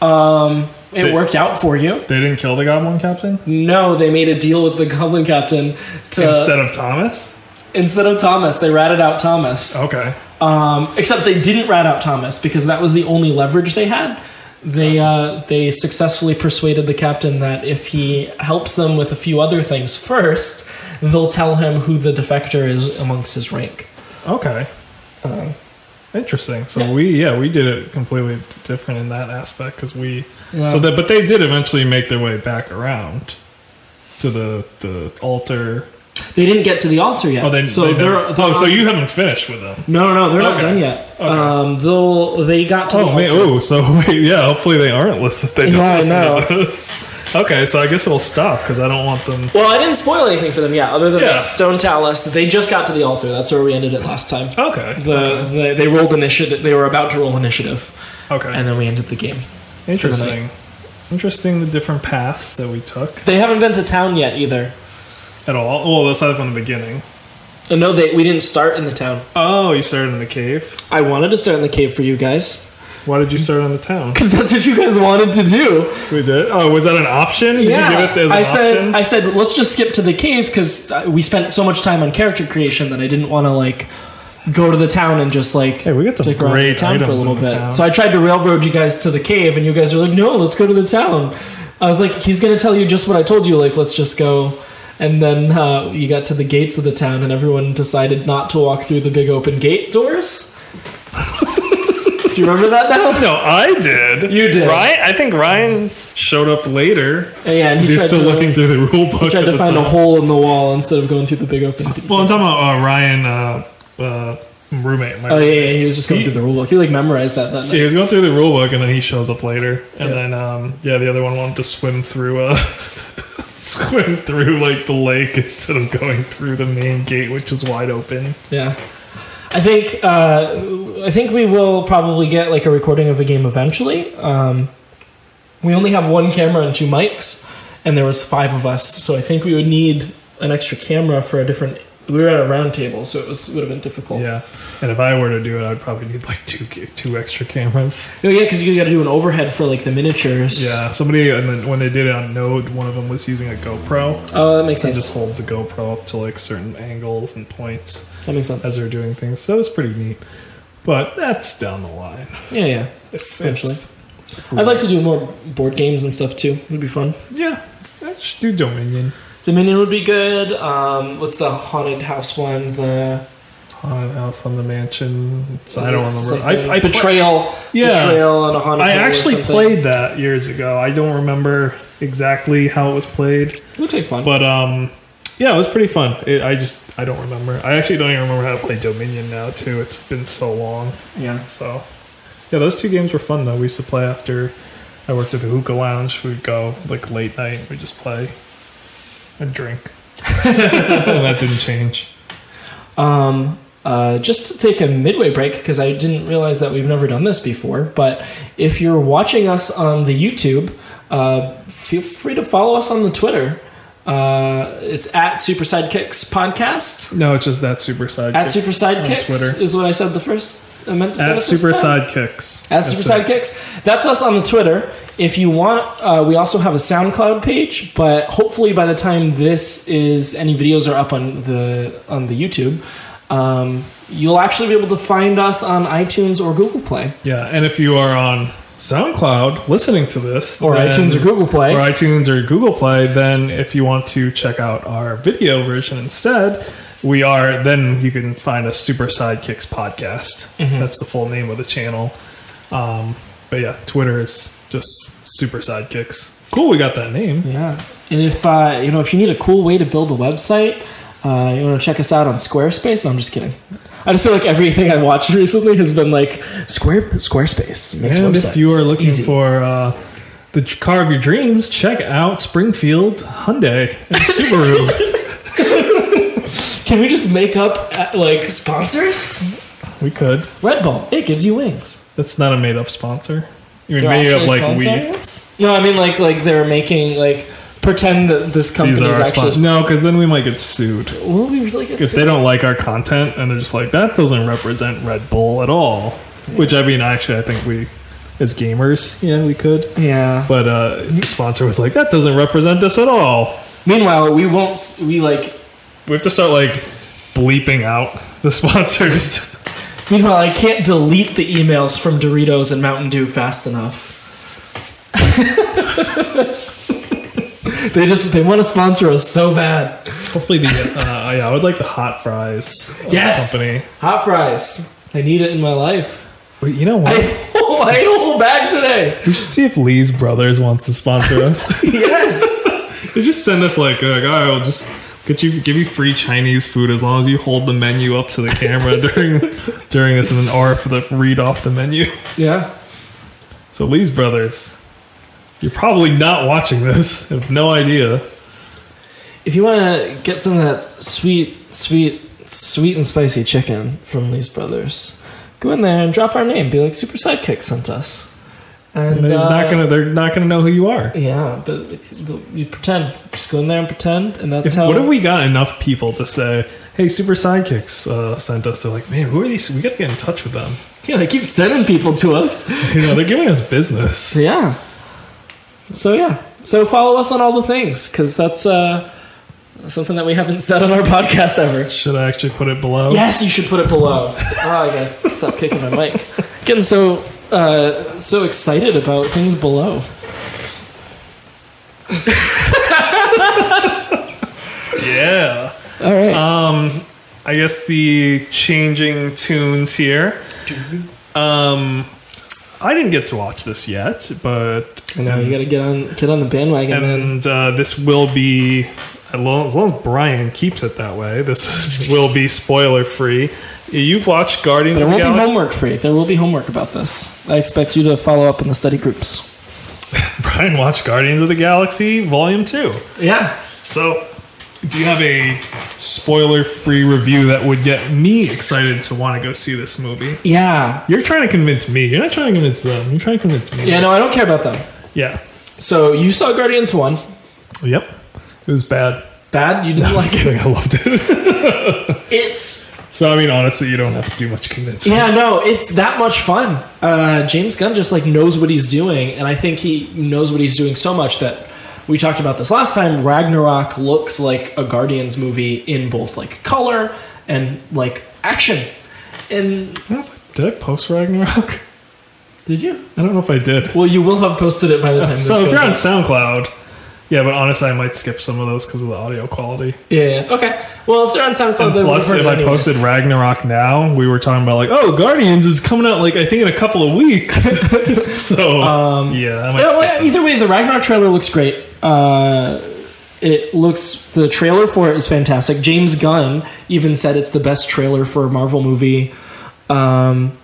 [SPEAKER 1] Um, it
[SPEAKER 2] But-
[SPEAKER 1] worked out for you.
[SPEAKER 2] They didn't kill the goblin captain
[SPEAKER 1] No, they made a deal with the goblin captain to
[SPEAKER 2] instead of Thomas.
[SPEAKER 1] instead of Thomas, they ratted out Thomas.
[SPEAKER 2] Okay.
[SPEAKER 1] Um, except they didn't rat out Thomas because that was the only leverage they had. They
[SPEAKER 2] Oh.
[SPEAKER 1] uh, they successfully persuaded the captain that if he helps them with a few other things first, they'll tell him who the defector is amongst his rank.
[SPEAKER 2] Okay. Um, Interesting. So we, yeah, we did it completely different in that aspect because we. So that, but they did eventually make their way back around to the the altar.
[SPEAKER 1] They didn't get to the altar yet.
[SPEAKER 2] Oh, they,
[SPEAKER 1] so
[SPEAKER 2] they
[SPEAKER 1] they're,
[SPEAKER 2] never-
[SPEAKER 1] they're
[SPEAKER 2] oh, so
[SPEAKER 1] on-
[SPEAKER 2] you haven't finished with them.
[SPEAKER 1] no no they're not
[SPEAKER 2] Okay.
[SPEAKER 1] done yet.
[SPEAKER 2] Okay.
[SPEAKER 1] Um, they'll they got to the
[SPEAKER 2] Oh,
[SPEAKER 1] altar.
[SPEAKER 2] man, oh, so wait, yeah. Hopefully they aren't listening. They don't
[SPEAKER 1] Yeah, I
[SPEAKER 2] listen
[SPEAKER 1] know.
[SPEAKER 2] to this. Okay, so I guess it'll stop because I don't want them.
[SPEAKER 1] Well, I didn't spoil anything for them yet, other than
[SPEAKER 2] Yeah.
[SPEAKER 1] the stone talus. They just got to the altar. That's where we ended it last time.
[SPEAKER 2] Okay.
[SPEAKER 1] The, the they rolled initiative. They were about to roll initiative,
[SPEAKER 2] okay.
[SPEAKER 1] and then we ended the game.
[SPEAKER 2] Interesting. Interesting. The different paths that we took
[SPEAKER 1] They haven't been to town yet either.
[SPEAKER 2] at all. Well, aside from the beginning.
[SPEAKER 1] Uh, No, they we didn't start in the town.
[SPEAKER 2] Oh, you started in the cave.
[SPEAKER 1] I wanted to start in the cave for you guys
[SPEAKER 2] Why did you start in the town?
[SPEAKER 1] because that's what you guys wanted to do.
[SPEAKER 2] We did. Oh, was that an option? Did you give it as an
[SPEAKER 1] I said
[SPEAKER 2] option?
[SPEAKER 1] I said let's just skip to the cave because we spent so much time on character creation that I didn't want to like go to the town and just like
[SPEAKER 2] Hey, we got some
[SPEAKER 1] dick around
[SPEAKER 2] great
[SPEAKER 1] the town for a
[SPEAKER 2] items
[SPEAKER 1] little
[SPEAKER 2] in the
[SPEAKER 1] bit.
[SPEAKER 2] town.
[SPEAKER 1] So I tried to railroad you guys to the cave, and you guys were like, "No, let's go to the town." I was like, "He's gonna tell you just what I told you. Like, let's just go." And then uh, you got to the gates of the town, and everyone decided not to walk through the big open gate doors. Do you remember that now?
[SPEAKER 2] no, I did.
[SPEAKER 1] You did.
[SPEAKER 2] Ryan, I think Ryan showed up later.
[SPEAKER 1] Yeah, and he
[SPEAKER 2] He's
[SPEAKER 1] tried
[SPEAKER 2] still
[SPEAKER 1] to,
[SPEAKER 2] looking through the rule book.
[SPEAKER 1] tried
[SPEAKER 2] at
[SPEAKER 1] to
[SPEAKER 2] the
[SPEAKER 1] find a
[SPEAKER 2] time.
[SPEAKER 1] hole in the wall instead of going through the big open.
[SPEAKER 2] Well, I'm talking about uh, Ryan, uh, uh, roommate. My
[SPEAKER 1] Oh yeah, yeah, he was just going
[SPEAKER 2] He-
[SPEAKER 1] through the rule book. He like memorized that that night.
[SPEAKER 2] Yeah, he was going through the rule book, and then he shows up later, and
[SPEAKER 1] Yeah.
[SPEAKER 2] then um, yeah, the other one wanted to swim through uh, swim through like the lake instead of going through the main gate, which is wide open.
[SPEAKER 1] Yeah. I think uh, I think we will probably get like a recording of a game eventually. Um, we only have one camera and two mics, and there was five of us, so I think we would need an extra camera for a different. We were at a round table, so it was would have been difficult.
[SPEAKER 2] Yeah, and if I were to do it, I'd probably need like two ca- two extra cameras.
[SPEAKER 1] Oh, yeah, because you got to do an overhead for like the miniatures.
[SPEAKER 2] Yeah, somebody and then when they did it on Node, one of them was using a GoPro.
[SPEAKER 1] Oh, that makes
[SPEAKER 2] It
[SPEAKER 1] sense.
[SPEAKER 2] just holds the GoPro up to like certain angles and points
[SPEAKER 1] that makes sense.
[SPEAKER 2] as they're doing things. So it's pretty neat. But that's down the line.
[SPEAKER 1] yeah, yeah.
[SPEAKER 2] If- if-
[SPEAKER 1] Eventually, I'd like to do more board games and stuff too. It'd be fun.
[SPEAKER 2] yeah, let's do Dominion.
[SPEAKER 1] Dominion would be good. Um, what's the haunted house one? The
[SPEAKER 2] haunted house on the mansion. So I don't remember.
[SPEAKER 1] Something-
[SPEAKER 2] I, I
[SPEAKER 1] betrayal.
[SPEAKER 2] Yeah.
[SPEAKER 1] Betrayal on a haunted.
[SPEAKER 2] I
[SPEAKER 1] hill or
[SPEAKER 2] actually
[SPEAKER 1] something.
[SPEAKER 2] played that years ago. I don't remember exactly how it was played,
[SPEAKER 1] It looked like fun.
[SPEAKER 2] but um, yeah, it was pretty fun. It, I just I don't remember. I actually don't even remember how to play Dominion now too. It's been so long.
[SPEAKER 1] yeah.
[SPEAKER 2] So yeah, those two games were fun though. We used to play after I worked at the hookah lounge. We'd go like late night. We would just play and drink. that didn't change.
[SPEAKER 1] Um, uh, just to take a midway break because I didn't realize that we've never done this before. But if you're watching us on the YouTube, uh, feel free to follow us on the Twitter. Uh, it's at Super Sidekicks Podcast.
[SPEAKER 2] No, it's just that super side.
[SPEAKER 1] At Super Sidekicks
[SPEAKER 2] Twitter.
[SPEAKER 1] is what I said the first. I meant to say the
[SPEAKER 2] at
[SPEAKER 1] first
[SPEAKER 2] Super
[SPEAKER 1] time.
[SPEAKER 2] Sidekicks.
[SPEAKER 1] at Super
[SPEAKER 2] That's it.
[SPEAKER 1] Sidekicks. That's us on the Twitter. If you want, uh, we also have a SoundCloud page, but hopefully by the time this is, any videos are up on the on the YouTube. Um, you'll actually be able to find us on iTunes or Google Play,
[SPEAKER 2] Yeah, and if you are on SoundCloud listening to this,
[SPEAKER 1] or
[SPEAKER 2] then-
[SPEAKER 1] iTunes or Google Play.
[SPEAKER 2] or iTunes or Google Play, then if you want to check out our video version instead, we are then you can find us Super Sidekicks Podcast.
[SPEAKER 1] Mm-hmm.
[SPEAKER 2] That's the full name of the channel. Um, but yeah, Twitter is just Super Sidekicks. Cool, we got that name.
[SPEAKER 1] Yeah, and if uh, you know if you need a cool way to build a website, uh, you want to check us out on Squarespace. No, I'm just kidding. I just feel like everything I've watched recently has been like Square Squarespace makes
[SPEAKER 2] and
[SPEAKER 1] websites
[SPEAKER 2] if you are looking
[SPEAKER 1] easy.
[SPEAKER 2] for uh, the car of your dreams, check out Springfield Hyundai and Subaru.
[SPEAKER 1] can we just make up uh, like sponsors?
[SPEAKER 2] we could.
[SPEAKER 1] Red Bull, it gives you wings.
[SPEAKER 2] That's not a made up sponsor. You
[SPEAKER 1] They're
[SPEAKER 2] made up
[SPEAKER 1] actually
[SPEAKER 2] like we.
[SPEAKER 1] sponsoring us? No, I mean like like they're making like pretend that this
[SPEAKER 2] These
[SPEAKER 1] company
[SPEAKER 2] are
[SPEAKER 1] is
[SPEAKER 2] our
[SPEAKER 1] actually.
[SPEAKER 2] sponsors. No, because then we might get sued.
[SPEAKER 1] Will we really get
[SPEAKER 2] if they
[SPEAKER 1] sued?
[SPEAKER 2] don't like our content and they're just like that doesn't represent Red Bull at all, which I mean actually I think we as gamers yeah we could,
[SPEAKER 1] Yeah.
[SPEAKER 2] but uh, if the sponsor was like that doesn't represent us at all.
[SPEAKER 1] Meanwhile, we won't. s- We like
[SPEAKER 2] We have to start like bleeping out the sponsors.
[SPEAKER 1] Meanwhile, I can't delete the emails from Doritos and Mountain Dew fast enough. they just they want to sponsor us so bad.
[SPEAKER 2] Hopefully the uh, yeah I would like the hot fries uh,
[SPEAKER 1] Yes,
[SPEAKER 2] company.
[SPEAKER 1] hot fries. I need it in my life.
[SPEAKER 2] Wait, you know what?
[SPEAKER 1] I I hold back today.
[SPEAKER 2] we should see if Lee's Brothers wants to sponsor us.
[SPEAKER 1] Yes,
[SPEAKER 2] They just send us like, uh, like, all right, we'll just get you give you free Chinese food as long as you hold the menu up to the camera during during this, and then R for the read off the menu.
[SPEAKER 1] yeah.
[SPEAKER 2] So Lee's brothers, you're probably not watching this. Have no idea.
[SPEAKER 1] If you want to get some of that sweet, sweet, sweet and spicy chicken from Lee's Brothers, go in there and drop our name. Be like Super Sidekick sent us, and,
[SPEAKER 2] And they're
[SPEAKER 1] uh,
[SPEAKER 2] not gonna they're not gonna know who you are.
[SPEAKER 1] Yeah, but you pretend. Just go in there and pretend, and that's
[SPEAKER 2] If,
[SPEAKER 1] how.
[SPEAKER 2] what if we got enough people to say, "Hey, Super Sidekicks uh, sent us"? They're like, "Man, who are these? We gotta get in touch with them.
[SPEAKER 1] Yeah, they keep sending people to us.
[SPEAKER 2] You know, they're giving us business."
[SPEAKER 1] yeah. So yeah, so follow us on all the things because that's uh, something that we haven't said on our podcast ever.
[SPEAKER 2] Should I actually put it below?
[SPEAKER 1] Yes, you should put it below. oh, I gotta stop kicking my mic. Getting so uh, so excited about things below.
[SPEAKER 2] Yeah.
[SPEAKER 1] All right.
[SPEAKER 2] Um, I guess the changing tunes here. Um, I didn't get to watch this yet, but
[SPEAKER 1] I know you gotta get on get on the bandwagon. then.
[SPEAKER 2] and uh, this will be as long as long as Brian keeps it that way. This will be spoiler free. You've watched Guardians
[SPEAKER 1] But it
[SPEAKER 2] of the
[SPEAKER 1] won't be
[SPEAKER 2] Galaxy.
[SPEAKER 1] homework free. There will be homework about this. I expect you to follow up in the study groups.
[SPEAKER 2] Brian watched Guardians of the Galaxy Volume Two.
[SPEAKER 1] Yeah.
[SPEAKER 2] So, do you have a spoiler free review that would get me excited to want to go see this movie?
[SPEAKER 1] Yeah.
[SPEAKER 2] You're trying to convince me. You're not trying to convince them. You're trying to convince me.
[SPEAKER 1] Yeah, no, I don't care about them.
[SPEAKER 2] Yeah.
[SPEAKER 1] So you saw Guardians One,
[SPEAKER 2] Yep. It was bad.
[SPEAKER 1] bad. You
[SPEAKER 2] I
[SPEAKER 1] didn't
[SPEAKER 2] was
[SPEAKER 1] like it.
[SPEAKER 2] kidding. I loved it.
[SPEAKER 1] It's
[SPEAKER 2] so I mean, honestly, you don't have to do much convincing.
[SPEAKER 1] yeah, no, it's that much fun. Uh, James Gunn just like knows what he's doing, and I think he knows what he's doing so much that we talked about this last time. Ragnarok looks like a Guardians movie in both like color and like action. And
[SPEAKER 2] I don't know if I- Did I post Ragnarok?
[SPEAKER 1] did you?
[SPEAKER 2] I don't know if I did.
[SPEAKER 1] Well, you will have posted it by the time
[SPEAKER 2] So
[SPEAKER 1] this
[SPEAKER 2] if
[SPEAKER 1] goes
[SPEAKER 2] you're on
[SPEAKER 1] out.
[SPEAKER 2] SoundCloud, yeah, but honestly, I might skip some of those because of the audio quality.
[SPEAKER 1] Yeah, yeah. Okay. Well, if Oh, they're on SoundCloud, then
[SPEAKER 2] Plus,
[SPEAKER 1] we've
[SPEAKER 2] if
[SPEAKER 1] heard
[SPEAKER 2] I
[SPEAKER 1] anyways.
[SPEAKER 2] posted Ragnarok now, we were talking about like, oh, Guardians is coming out like I think in a couple of weeks. so yeah, I might
[SPEAKER 1] Um, Yeah, well,
[SPEAKER 2] skip.
[SPEAKER 1] either way, the Ragnarok trailer looks great. Uh, it looks the trailer for it is fantastic. James Gunn even said it's the best trailer for a Marvel movie um,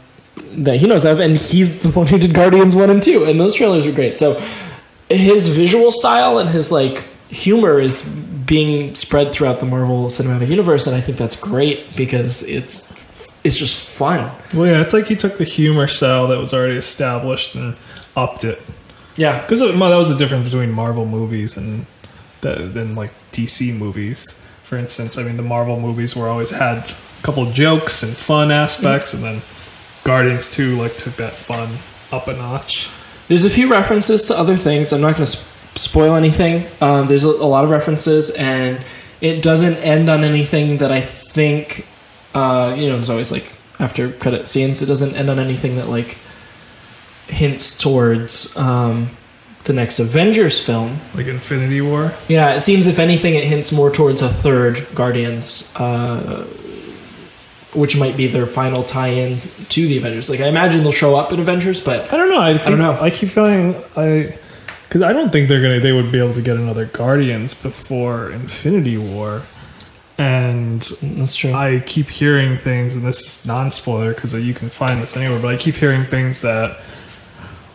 [SPEAKER 1] that he knows of, and he's the one who did Guardians one and two, and those trailers are great. So his visual style and his like humor is being spread throughout the Marvel Cinematic Universe, and I think that's great because it's it's just fun.
[SPEAKER 2] Well, yeah, it's like he took the humor style that was already established and upped it.
[SPEAKER 1] Yeah,
[SPEAKER 2] Because that was the difference between Marvel movies and the, than like DC movies. For instance, I mean the Marvel movies were always had a couple jokes and fun aspects, and then Guardians Two like took that fun up a notch.
[SPEAKER 1] There's a few references to other things. I'm not going to sp- spoil anything. Um, there's a, a lot of references, and it doesn't end on anything that I think Uh, you know, there's always like after credit scenes. It doesn't end on anything that like hints towards um, the next Avengers film.
[SPEAKER 2] like Infinity War.
[SPEAKER 1] Yeah, it seems if anything, it hints more towards a third Guardians, uh, which might be their final tie-in to the Avengers. Like I imagine they'll show up in Avengers, but
[SPEAKER 2] I don't know. I, keep,
[SPEAKER 1] don't know.
[SPEAKER 2] I keep feeling I because I don't think they're gonna. They would be able to get another Guardians before Infinity War, and
[SPEAKER 1] that's true.
[SPEAKER 2] I keep hearing things, and this is non-spoiler because you can find this anywhere. But I keep hearing things that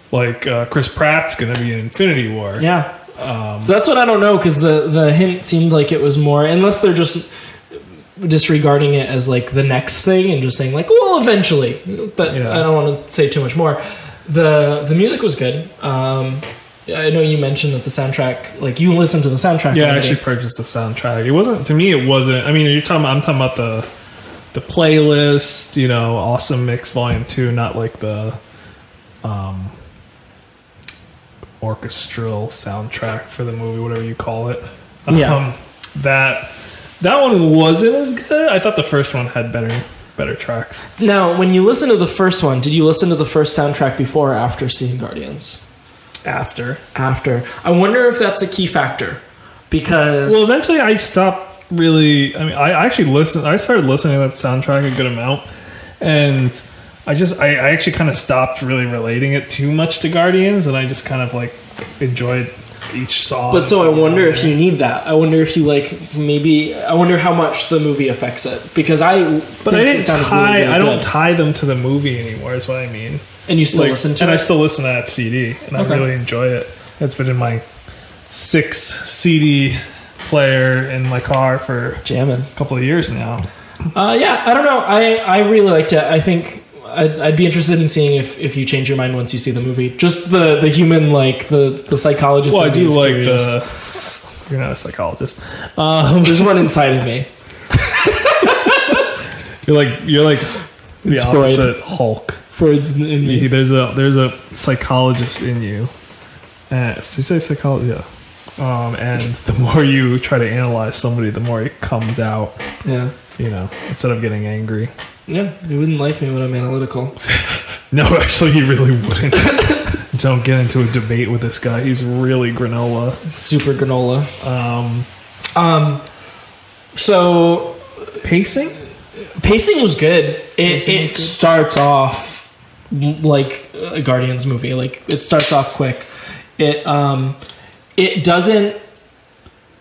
[SPEAKER 2] like uh, Chris Pratt's gonna be in Infinity War. Um,
[SPEAKER 1] yeah. so that's what I don't know because the the hint seemed like it was more unless they're just disregarding it as like the next thing and just saying like well eventually but
[SPEAKER 2] Yeah.
[SPEAKER 1] i don't want to say too much more the the music was good um i know you mentioned that the soundtrack like you listened to the soundtrack
[SPEAKER 2] Yeah, I
[SPEAKER 1] already.
[SPEAKER 2] actually purchased the soundtrack. It wasn't to me. It wasn't. I mean, you're talking. I'm talking about the the playlist. You know, awesome mix volume two, not like the um, orchestral soundtrack for the movie, whatever you call it.
[SPEAKER 1] Yeah.
[SPEAKER 2] Um, that that one wasn't as good. I thought the first one had better better tracks.
[SPEAKER 1] Now, when you listen to the first one, did you listen to the first soundtrack before or after seeing Guardians?
[SPEAKER 2] After
[SPEAKER 1] After. I wonder if that's a key factor because
[SPEAKER 2] well, eventually I stopped really. I mean, I actually listened. I started listening to that soundtrack a good amount, and I just I, I actually kind of stopped really relating it too much to Guardians, and I just kind of like enjoyed each song.
[SPEAKER 1] but so I wonder if you need that. I wonder if you like maybe I wonder how much the movie affects it because I
[SPEAKER 2] But I didn't tie. I don't
[SPEAKER 1] tie
[SPEAKER 2] tie them to the movie anymore. Is what I mean.
[SPEAKER 1] and you still
[SPEAKER 2] Like,
[SPEAKER 1] listen to
[SPEAKER 2] and
[SPEAKER 1] it.
[SPEAKER 2] I still listen to that CD, and
[SPEAKER 1] Okay.
[SPEAKER 2] I really enjoy it. It's been in my six CD player in my car for
[SPEAKER 1] jamming.
[SPEAKER 2] a couple of years now.
[SPEAKER 1] Uh, yeah, I don't know. I, I really liked it. I think I'd, I'd be interested in seeing if, if you change your mind once you see the movie. Just the, the human like the the psychologist.
[SPEAKER 2] Well,
[SPEAKER 1] in
[SPEAKER 2] I
[SPEAKER 1] me
[SPEAKER 2] do
[SPEAKER 1] is
[SPEAKER 2] like
[SPEAKER 1] curious.
[SPEAKER 2] the. You're not a psychologist. Um,
[SPEAKER 1] There's one inside of me.
[SPEAKER 2] you're like you're like the
[SPEAKER 1] It's Freud.
[SPEAKER 2] opposite Hulk.
[SPEAKER 1] Freud's in- in me.
[SPEAKER 2] You- There's a there's a psychologist in you. Uh, did you say psychologist? Yeah. Um, and the more you try to analyze somebody, the more it comes out.
[SPEAKER 1] Yeah.
[SPEAKER 2] You know, instead of getting angry.
[SPEAKER 1] Yeah, you wouldn't like me when I'm analytical.
[SPEAKER 2] No, actually, you really wouldn't. Don't get into a debate with this guy. He's really granola.
[SPEAKER 1] Super granola.
[SPEAKER 2] Um,
[SPEAKER 1] Um, so
[SPEAKER 2] pacing.
[SPEAKER 1] pacing was good. It,
[SPEAKER 2] Pacing
[SPEAKER 1] it
[SPEAKER 2] was good?
[SPEAKER 1] starts off m- like a Guardians movie. Like it starts off quick. It um, it doesn't.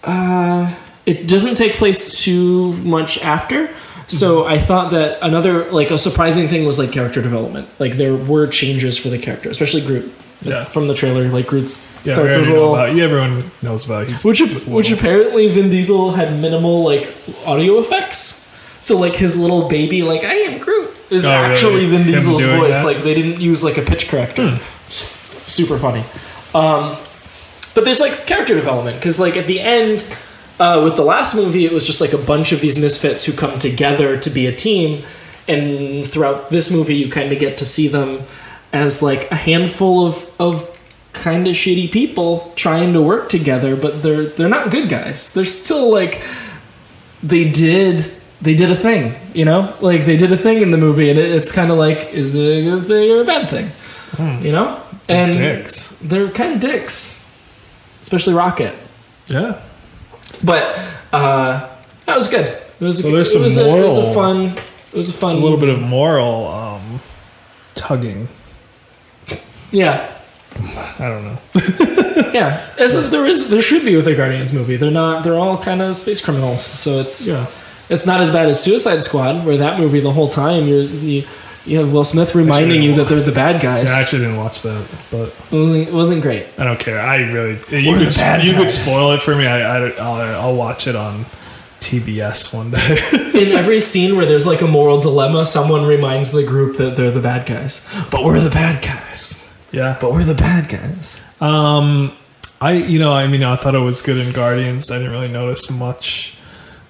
[SPEAKER 1] Uh, it doesn't take place too much after. So
[SPEAKER 2] Mm-hmm.
[SPEAKER 1] I thought that another like a surprising thing was like character development. Like there were changes for the character, especially Groot.
[SPEAKER 2] Yeah.
[SPEAKER 1] From the trailer, like Groot's
[SPEAKER 2] Yeah,
[SPEAKER 1] starts
[SPEAKER 2] we
[SPEAKER 1] as
[SPEAKER 2] already
[SPEAKER 1] a
[SPEAKER 2] know
[SPEAKER 1] little
[SPEAKER 2] about- yeah, everyone knows about. He's
[SPEAKER 1] Which,
[SPEAKER 2] just a
[SPEAKER 1] which
[SPEAKER 2] little-
[SPEAKER 1] apparently Vin Diesel had minimal like audio effects. So like his little baby, like I am Groot, is
[SPEAKER 2] Oh, really?
[SPEAKER 1] actually Vin
[SPEAKER 2] Him
[SPEAKER 1] Diesel's
[SPEAKER 2] doing
[SPEAKER 1] voice.
[SPEAKER 2] that? Hmm.
[SPEAKER 1] Like they didn't use like a pitch corrector. S- Super funny. Um, but there's like character development because like at the end uh, with the last movie, it was just like a bunch of these misfits who come together to be a team. And throughout this movie, you kind of get to see them as like a handful of of kind of shitty people trying to work together, but they're they're not good guys. They're still like they did they did a thing, you know, like they did a thing in the movie, and it, it's kind of like is it a good thing or a bad thing, you know? And
[SPEAKER 2] dicks.
[SPEAKER 1] they're kind of dicks, especially Rocket.
[SPEAKER 2] Yeah.
[SPEAKER 1] But uh, that was good. It was a,
[SPEAKER 2] Well, there's
[SPEAKER 1] it was
[SPEAKER 2] some
[SPEAKER 1] a, it was a
[SPEAKER 2] moral-
[SPEAKER 1] fun. It was a fun
[SPEAKER 2] a little bit of moral um, tugging.
[SPEAKER 1] Yeah,
[SPEAKER 2] I don't know.
[SPEAKER 1] yeah. As there is, there should be with a Guardians movie. They're not. They're all kind of space criminals, so it's it's not as bad as Suicide Squad, where that movie the whole time you're you, you have Will Smith reminding you that they're the bad guys.
[SPEAKER 2] Yeah, I actually didn't watch that, but
[SPEAKER 1] it, wasn't, it wasn't great.
[SPEAKER 2] I don't care. I really you
[SPEAKER 1] We're
[SPEAKER 2] could
[SPEAKER 1] the bad
[SPEAKER 2] you could
[SPEAKER 1] guys.
[SPEAKER 2] spoil it for me. I, I I'll, I'll watch it on TBS one day.
[SPEAKER 1] In every scene where there's like a moral dilemma, someone reminds the group that they're the bad guys. But we're the bad guys.
[SPEAKER 2] yeah.
[SPEAKER 1] But we're the bad guys.
[SPEAKER 2] Um, I you know I mean I thought it was good in Guardians. I didn't really notice much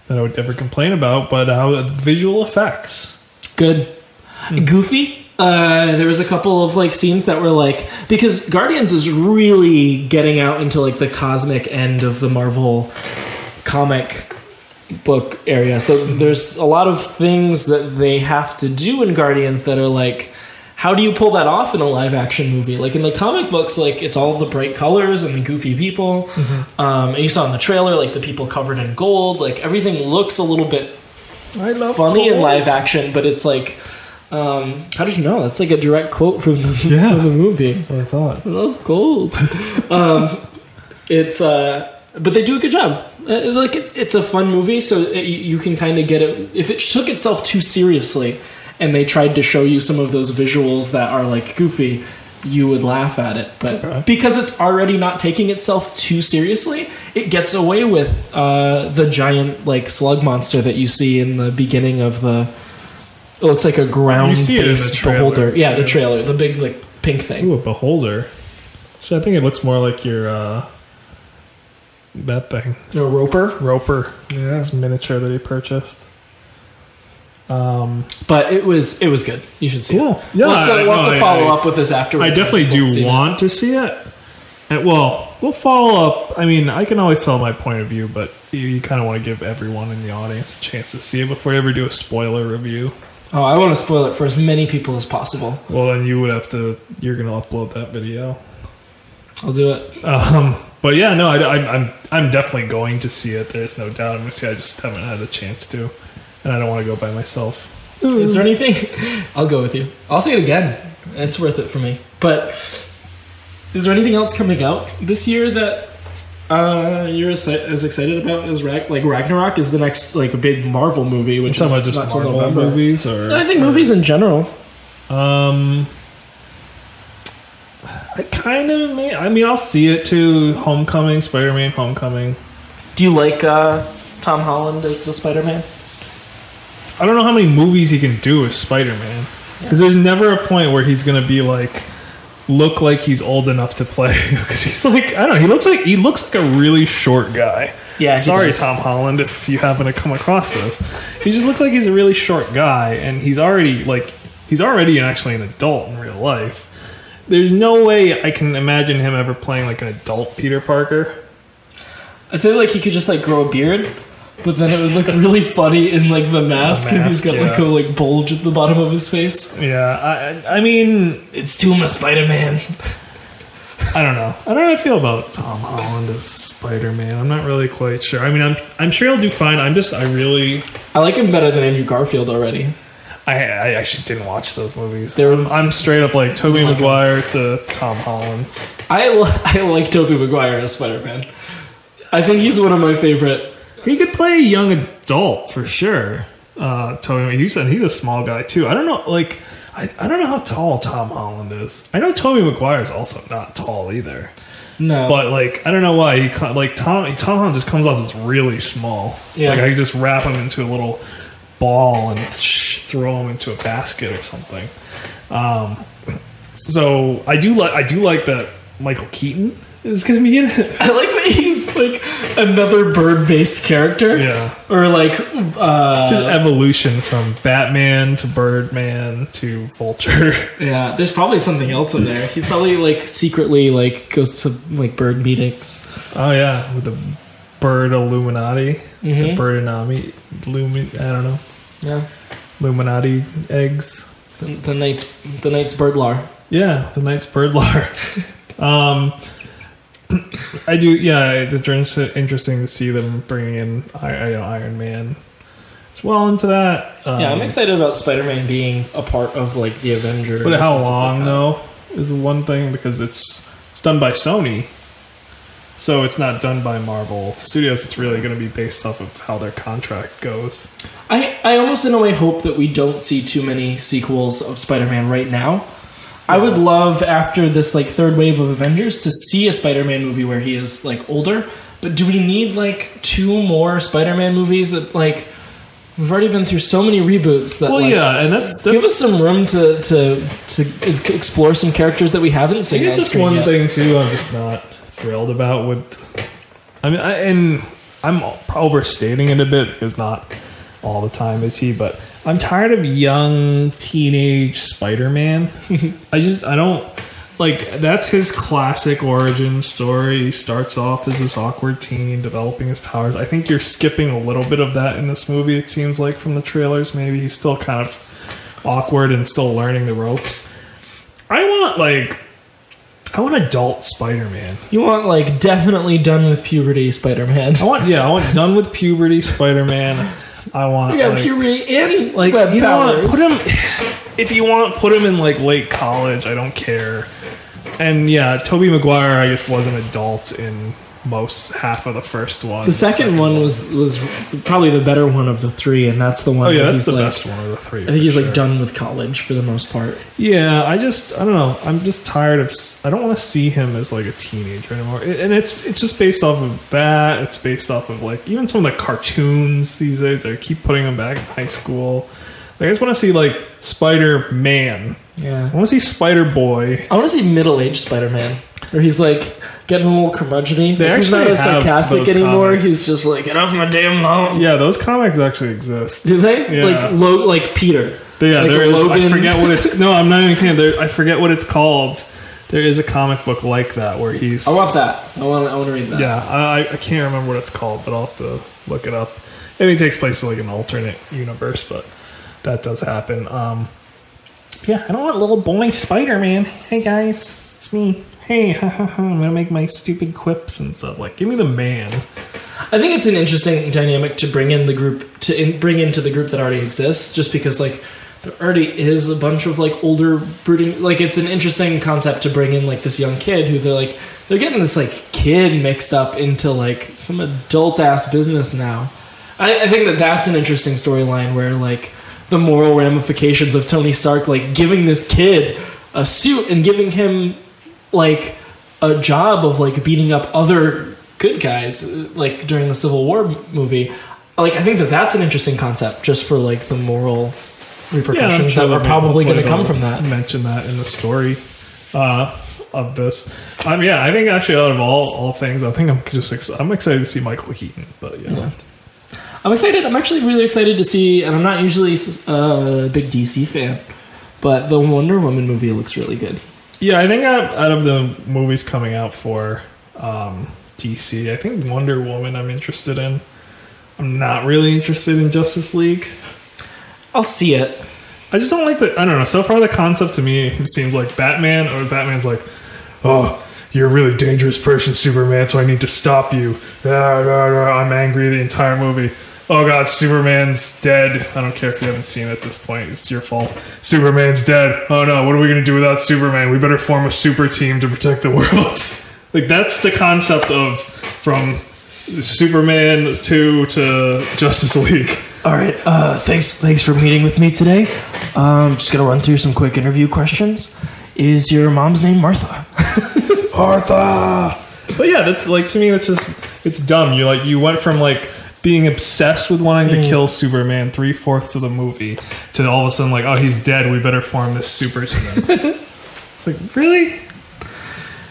[SPEAKER 2] that I would ever complain about, but how visual effects.
[SPEAKER 1] Good. Goofy. Uh, there was a couple of like scenes that were like because Guardians is really getting out into like the cosmic end of the Marvel comic book area. So there's a lot of things that they have to do in Guardians that are like, how do you pull that off in a live action movie? Like in the comic books, like it's all the bright colors and the goofy people. Um, and you saw in the trailer, like the people covered in gold. Like everything looks a little bit
[SPEAKER 2] I love
[SPEAKER 1] funny in live action, but it's like, um, how did you know? That's like a direct quote from the,
[SPEAKER 2] Yeah.
[SPEAKER 1] from the movie.
[SPEAKER 2] That's what I thought.
[SPEAKER 1] I love gold. um, it's uh, but they do a good job. Uh, like it, it's a fun movie, so it, you you can kind of get it. If it took itself too seriously, and they tried to show you some of those visuals that are like goofy, you would laugh at it. But
[SPEAKER 2] Okay.
[SPEAKER 1] because it's already not taking itself too seriously, it gets away with uh, the giant like slug monster that you see in the beginning of the. It looks like a ground
[SPEAKER 2] see it in the
[SPEAKER 1] based
[SPEAKER 2] trailer,
[SPEAKER 1] beholder. Yeah, the
[SPEAKER 2] too.
[SPEAKER 1] trailer, the big like pink thing.
[SPEAKER 2] Ooh, a beholder. So I think it looks more like your uh, that thing,
[SPEAKER 1] A roper.
[SPEAKER 2] roper. Yeah, it's miniature that he purchased. Um,
[SPEAKER 1] but it was it was good. You should see. it.
[SPEAKER 2] cool. Yeah,
[SPEAKER 1] we'll have to,
[SPEAKER 2] I-
[SPEAKER 1] we'll have
[SPEAKER 2] no,
[SPEAKER 1] to
[SPEAKER 2] I-
[SPEAKER 1] follow
[SPEAKER 2] I-
[SPEAKER 1] up with this afterwards.
[SPEAKER 2] I definitely
[SPEAKER 1] if people see
[SPEAKER 2] do
[SPEAKER 1] it.
[SPEAKER 2] want to see it. And, well, we'll follow up. I mean, I can always tell my point of view, but you, you kind of want to give everyone in the audience a chance to see it before you ever do a spoiler review.
[SPEAKER 1] Oh, I want to spoil it for as many people as possible.
[SPEAKER 2] Well, then you would have to. You're gonna upload that video.
[SPEAKER 1] I'll do it.
[SPEAKER 2] Um, but yeah, no, I, am I'm I'm definitely going to see it. There's no doubt. I'm gonna see. it. I just haven't had a chance to, and I don't want to go by myself.
[SPEAKER 1] Is there anything? I'll go with you. I'll see it again. It's worth it for me. But is there anything else coming out this year that uh, you're as, as excited about as Rag- like Ragnarok is the next like big Marvel movie,
[SPEAKER 2] I'm
[SPEAKER 1] which
[SPEAKER 2] talking
[SPEAKER 1] is
[SPEAKER 2] about just
[SPEAKER 1] not till
[SPEAKER 2] Marvel
[SPEAKER 1] November.
[SPEAKER 2] movies, or
[SPEAKER 1] I think movies in general.
[SPEAKER 2] Um, I kind of may. I mean, I'll see it too. Homecoming, Spider-Man, Homecoming.
[SPEAKER 1] Do you like uh, Tom Holland as the Spider-Man?
[SPEAKER 2] I don't know how many movies he can do as Spider-Man because there's never a point where he's gonna be like look like he's old enough to play because he's like I don't know. He looks like he looks like a really short guy.
[SPEAKER 1] Yeah, he
[SPEAKER 2] Sorry,
[SPEAKER 1] does.
[SPEAKER 2] Tom Holland, if you happen to come across this. He just looks like he's a really short guy, and he's already like he's already actually an adult in real life. There's no way I can imagine him ever playing like an adult Peter Parker.
[SPEAKER 1] I'd say like he could just like grow a beard, but then it would look really funny in like the mask, and he's
[SPEAKER 2] mask,
[SPEAKER 1] got like a
[SPEAKER 2] yeah.
[SPEAKER 1] like bulge at the bottom of his face.
[SPEAKER 2] Yeah, I, I mean,
[SPEAKER 1] It's too much Spider Man.
[SPEAKER 2] I don't know. I don't know how I feel about Tom Holland as Spider Man. I'm not really quite sure. I mean, I'm I'm sure he'll do fine. I'm just I really
[SPEAKER 1] I like him better than Andrew Garfield already.
[SPEAKER 2] I I actually didn't watch those movies.
[SPEAKER 1] They were-
[SPEAKER 2] I'm, I'm straight up like Tobey Maguire to Tom Holland.
[SPEAKER 1] I li- I like Tobey Maguire as Spider Man. I think he's one of my favorite.
[SPEAKER 2] He could play a young adult for sure. Uh, Tobey, you said he's a small guy too. I don't know, like I, I don't know how tall Tom Holland is. I know Tobey Maguire is also not tall either,
[SPEAKER 1] No,
[SPEAKER 2] but like I don't know why he co- like Tom Tom Holland just comes off as really small.
[SPEAKER 1] Yeah.
[SPEAKER 2] like I could just wrap him into a little ball and sh- throw him into a basket or something. Um, so I do like I do like that Michael Keaton is going to be in it.
[SPEAKER 1] I like that he's like another bird based character.
[SPEAKER 2] yeah.
[SPEAKER 1] Or like,
[SPEAKER 2] It's
[SPEAKER 1] uh,
[SPEAKER 2] his evolution from Batman to Birdman to Vulture.
[SPEAKER 1] yeah. There's probably something else in there. He's probably like secretly like goes to like bird meetings.
[SPEAKER 2] Oh yeah, Mm-hmm. with the bird Illuminati, the
[SPEAKER 1] Mhm.
[SPEAKER 2] birdinami, Lumin. I don't know,
[SPEAKER 1] Yeah.
[SPEAKER 2] Illuminati eggs.
[SPEAKER 1] The, the night's the night's birdlar.
[SPEAKER 2] Yeah, the night's bird lore. um, I do. Yeah, it's inter- interesting to see them bringing in I- you know, Iron Man as well into that. Um,
[SPEAKER 1] Yeah, I'm excited about Spider-Man being a part of like the Avengers.
[SPEAKER 2] But how
[SPEAKER 1] and stuff
[SPEAKER 2] long
[SPEAKER 1] like that.
[SPEAKER 2] though is one thing because it's it's done by Sony, so it's not done by Marvel Studios. It's really going to be based off of how their contract goes.
[SPEAKER 1] I I almost in a way hope that we don't see too many sequels of Spider-Man right now. I would love after this like third wave of Avengers to see a Spider-Man movie where he is like older. But do we need like two more Spider-Man movies? That, like we've already been through so many reboots that
[SPEAKER 2] Well,
[SPEAKER 1] like,
[SPEAKER 2] yeah, and that's
[SPEAKER 1] give
[SPEAKER 2] that's
[SPEAKER 1] us some room to to to ex- explore some characters that we haven't
[SPEAKER 2] I
[SPEAKER 1] seen.
[SPEAKER 2] think it's
[SPEAKER 1] on
[SPEAKER 2] just
[SPEAKER 1] screen
[SPEAKER 2] one
[SPEAKER 1] yet.
[SPEAKER 2] thing too. I'm just not thrilled about with. I mean, I, and I'm overstating it a bit because not all the time is he, but I'm tired of young teenage Spider-Man. I just I don't like that's his classic origin story. He starts off as this awkward teen developing his powers. I think you're skipping a little bit of that in this movie. It seems like from the trailers, maybe he's still kind of awkward and still learning the ropes. I want like I want adult Spider-Man.
[SPEAKER 1] You want like definitely done with puberty, Spider Man.
[SPEAKER 2] I want yeah, I want done with puberty Spider-Man. I want
[SPEAKER 1] Yeah,
[SPEAKER 2] like,
[SPEAKER 1] puberty in
[SPEAKER 2] like
[SPEAKER 1] like web
[SPEAKER 2] you know what,
[SPEAKER 1] powers.
[SPEAKER 2] put him if you want put him in like late college i don't care and yeah toby maguire i guess was an adult in most half of the first one
[SPEAKER 1] the second one was was probably the better one of the three, and that's the one.
[SPEAKER 2] oh yeah
[SPEAKER 1] that
[SPEAKER 2] that's
[SPEAKER 1] he's,
[SPEAKER 2] the
[SPEAKER 1] like-
[SPEAKER 2] best one of the three
[SPEAKER 1] I think he's like done with college for the most part.
[SPEAKER 2] yeah i just i don't know i'm just tired of s- i don't want to see him as like a teenager anymore It- and it's it's just based off of that it's based off of like even some of the cartoons these days they keep putting him back in high school like i just want to see like spider-man i
[SPEAKER 1] Yeah,
[SPEAKER 2] want to see spider-boy
[SPEAKER 1] I want to see middle aged Spider Man, where he's like getting a little curmudgeon
[SPEAKER 2] They
[SPEAKER 1] like, He's not
[SPEAKER 2] actually
[SPEAKER 1] as
[SPEAKER 2] have
[SPEAKER 1] sarcastic
[SPEAKER 2] those
[SPEAKER 1] anymore.
[SPEAKER 2] comics.
[SPEAKER 1] He's just like get off my damn lawn.
[SPEAKER 2] Yeah, those comics actually exist.
[SPEAKER 1] Do they
[SPEAKER 2] Yeah.
[SPEAKER 1] like lo- like Peter?
[SPEAKER 2] But yeah,
[SPEAKER 1] Like
[SPEAKER 2] there is. I
[SPEAKER 1] Logan.
[SPEAKER 2] forget what it's. No, I'm not even kidding. There, I forget what it's called. There is a comic book like that where he's.
[SPEAKER 1] I want that. I want. I want to read that.
[SPEAKER 2] Yeah, I, I can't remember what it's called, but I'll have to look it up. I mean, it takes place in like an alternate universe, but that does happen. Um, yeah, I don't want little boy Spider Man. Hey guys, it's me. Hey, ha, ha, ha, I'm gonna make my stupid quips and stuff. Like, give me the man.
[SPEAKER 1] I think it's an interesting dynamic to bring in the group to in, bring into the group that already exists, just because like there already is a bunch of like older brooding. Like it's an interesting concept to bring in like this young kid who they're like they're getting this like kid mixed up into like some adult ass business now. I, I think that that's an interesting storyline where like the moral ramifications of Tony Stark like giving this kid a suit and giving him like a job of like beating up other good guys uh, like during the civil war m- movie like i think that that's an interesting concept just for like the moral repercussions that
[SPEAKER 2] they'll
[SPEAKER 1] are probably
[SPEAKER 2] make-
[SPEAKER 1] going to come
[SPEAKER 2] they'll
[SPEAKER 1] from that
[SPEAKER 2] Mention that in the story uh, of this. Um, yeah, I think actually out of all all things, I think I'm just ex- I'm excited to see Michael Keaton. But yeah,
[SPEAKER 1] Yeah. i'm excited i'm actually really excited to see and i'm not usually s- uh, a big dc fan but the wonder woman movie looks really good
[SPEAKER 2] yeah, I think out, out of the movies coming out for um, DC, I think Wonder Woman I'm interested in. I'm not really interested in Justice League.
[SPEAKER 1] i'll see it
[SPEAKER 2] I just don't like the. I don't know. So far, the concept to me it seems like Batman, or Batman's like, oh, you're a really dangerous person, Superman, so I need to stop you. Ah, rah, rah, I'm angry the entire movie. Oh god, Superman's dead. I don't care if you haven't seen it at this point. It's your fault. Superman's dead. Oh no, what are we gonna do without Superman? We better form a super team to protect the world. like that's the concept of from Superman two to Justice League.
[SPEAKER 1] all right uh, thanks thanks for meeting with me today um, just going to run through some quick interview questions is your mom's name martha
[SPEAKER 2] Martha. But yeah, that's like to me, that's just it's dumb. You like you went from like being obsessed with wanting to kill Superman three fourths of the movie to all of a sudden like, oh, he's dead. We better form this super team. it's like really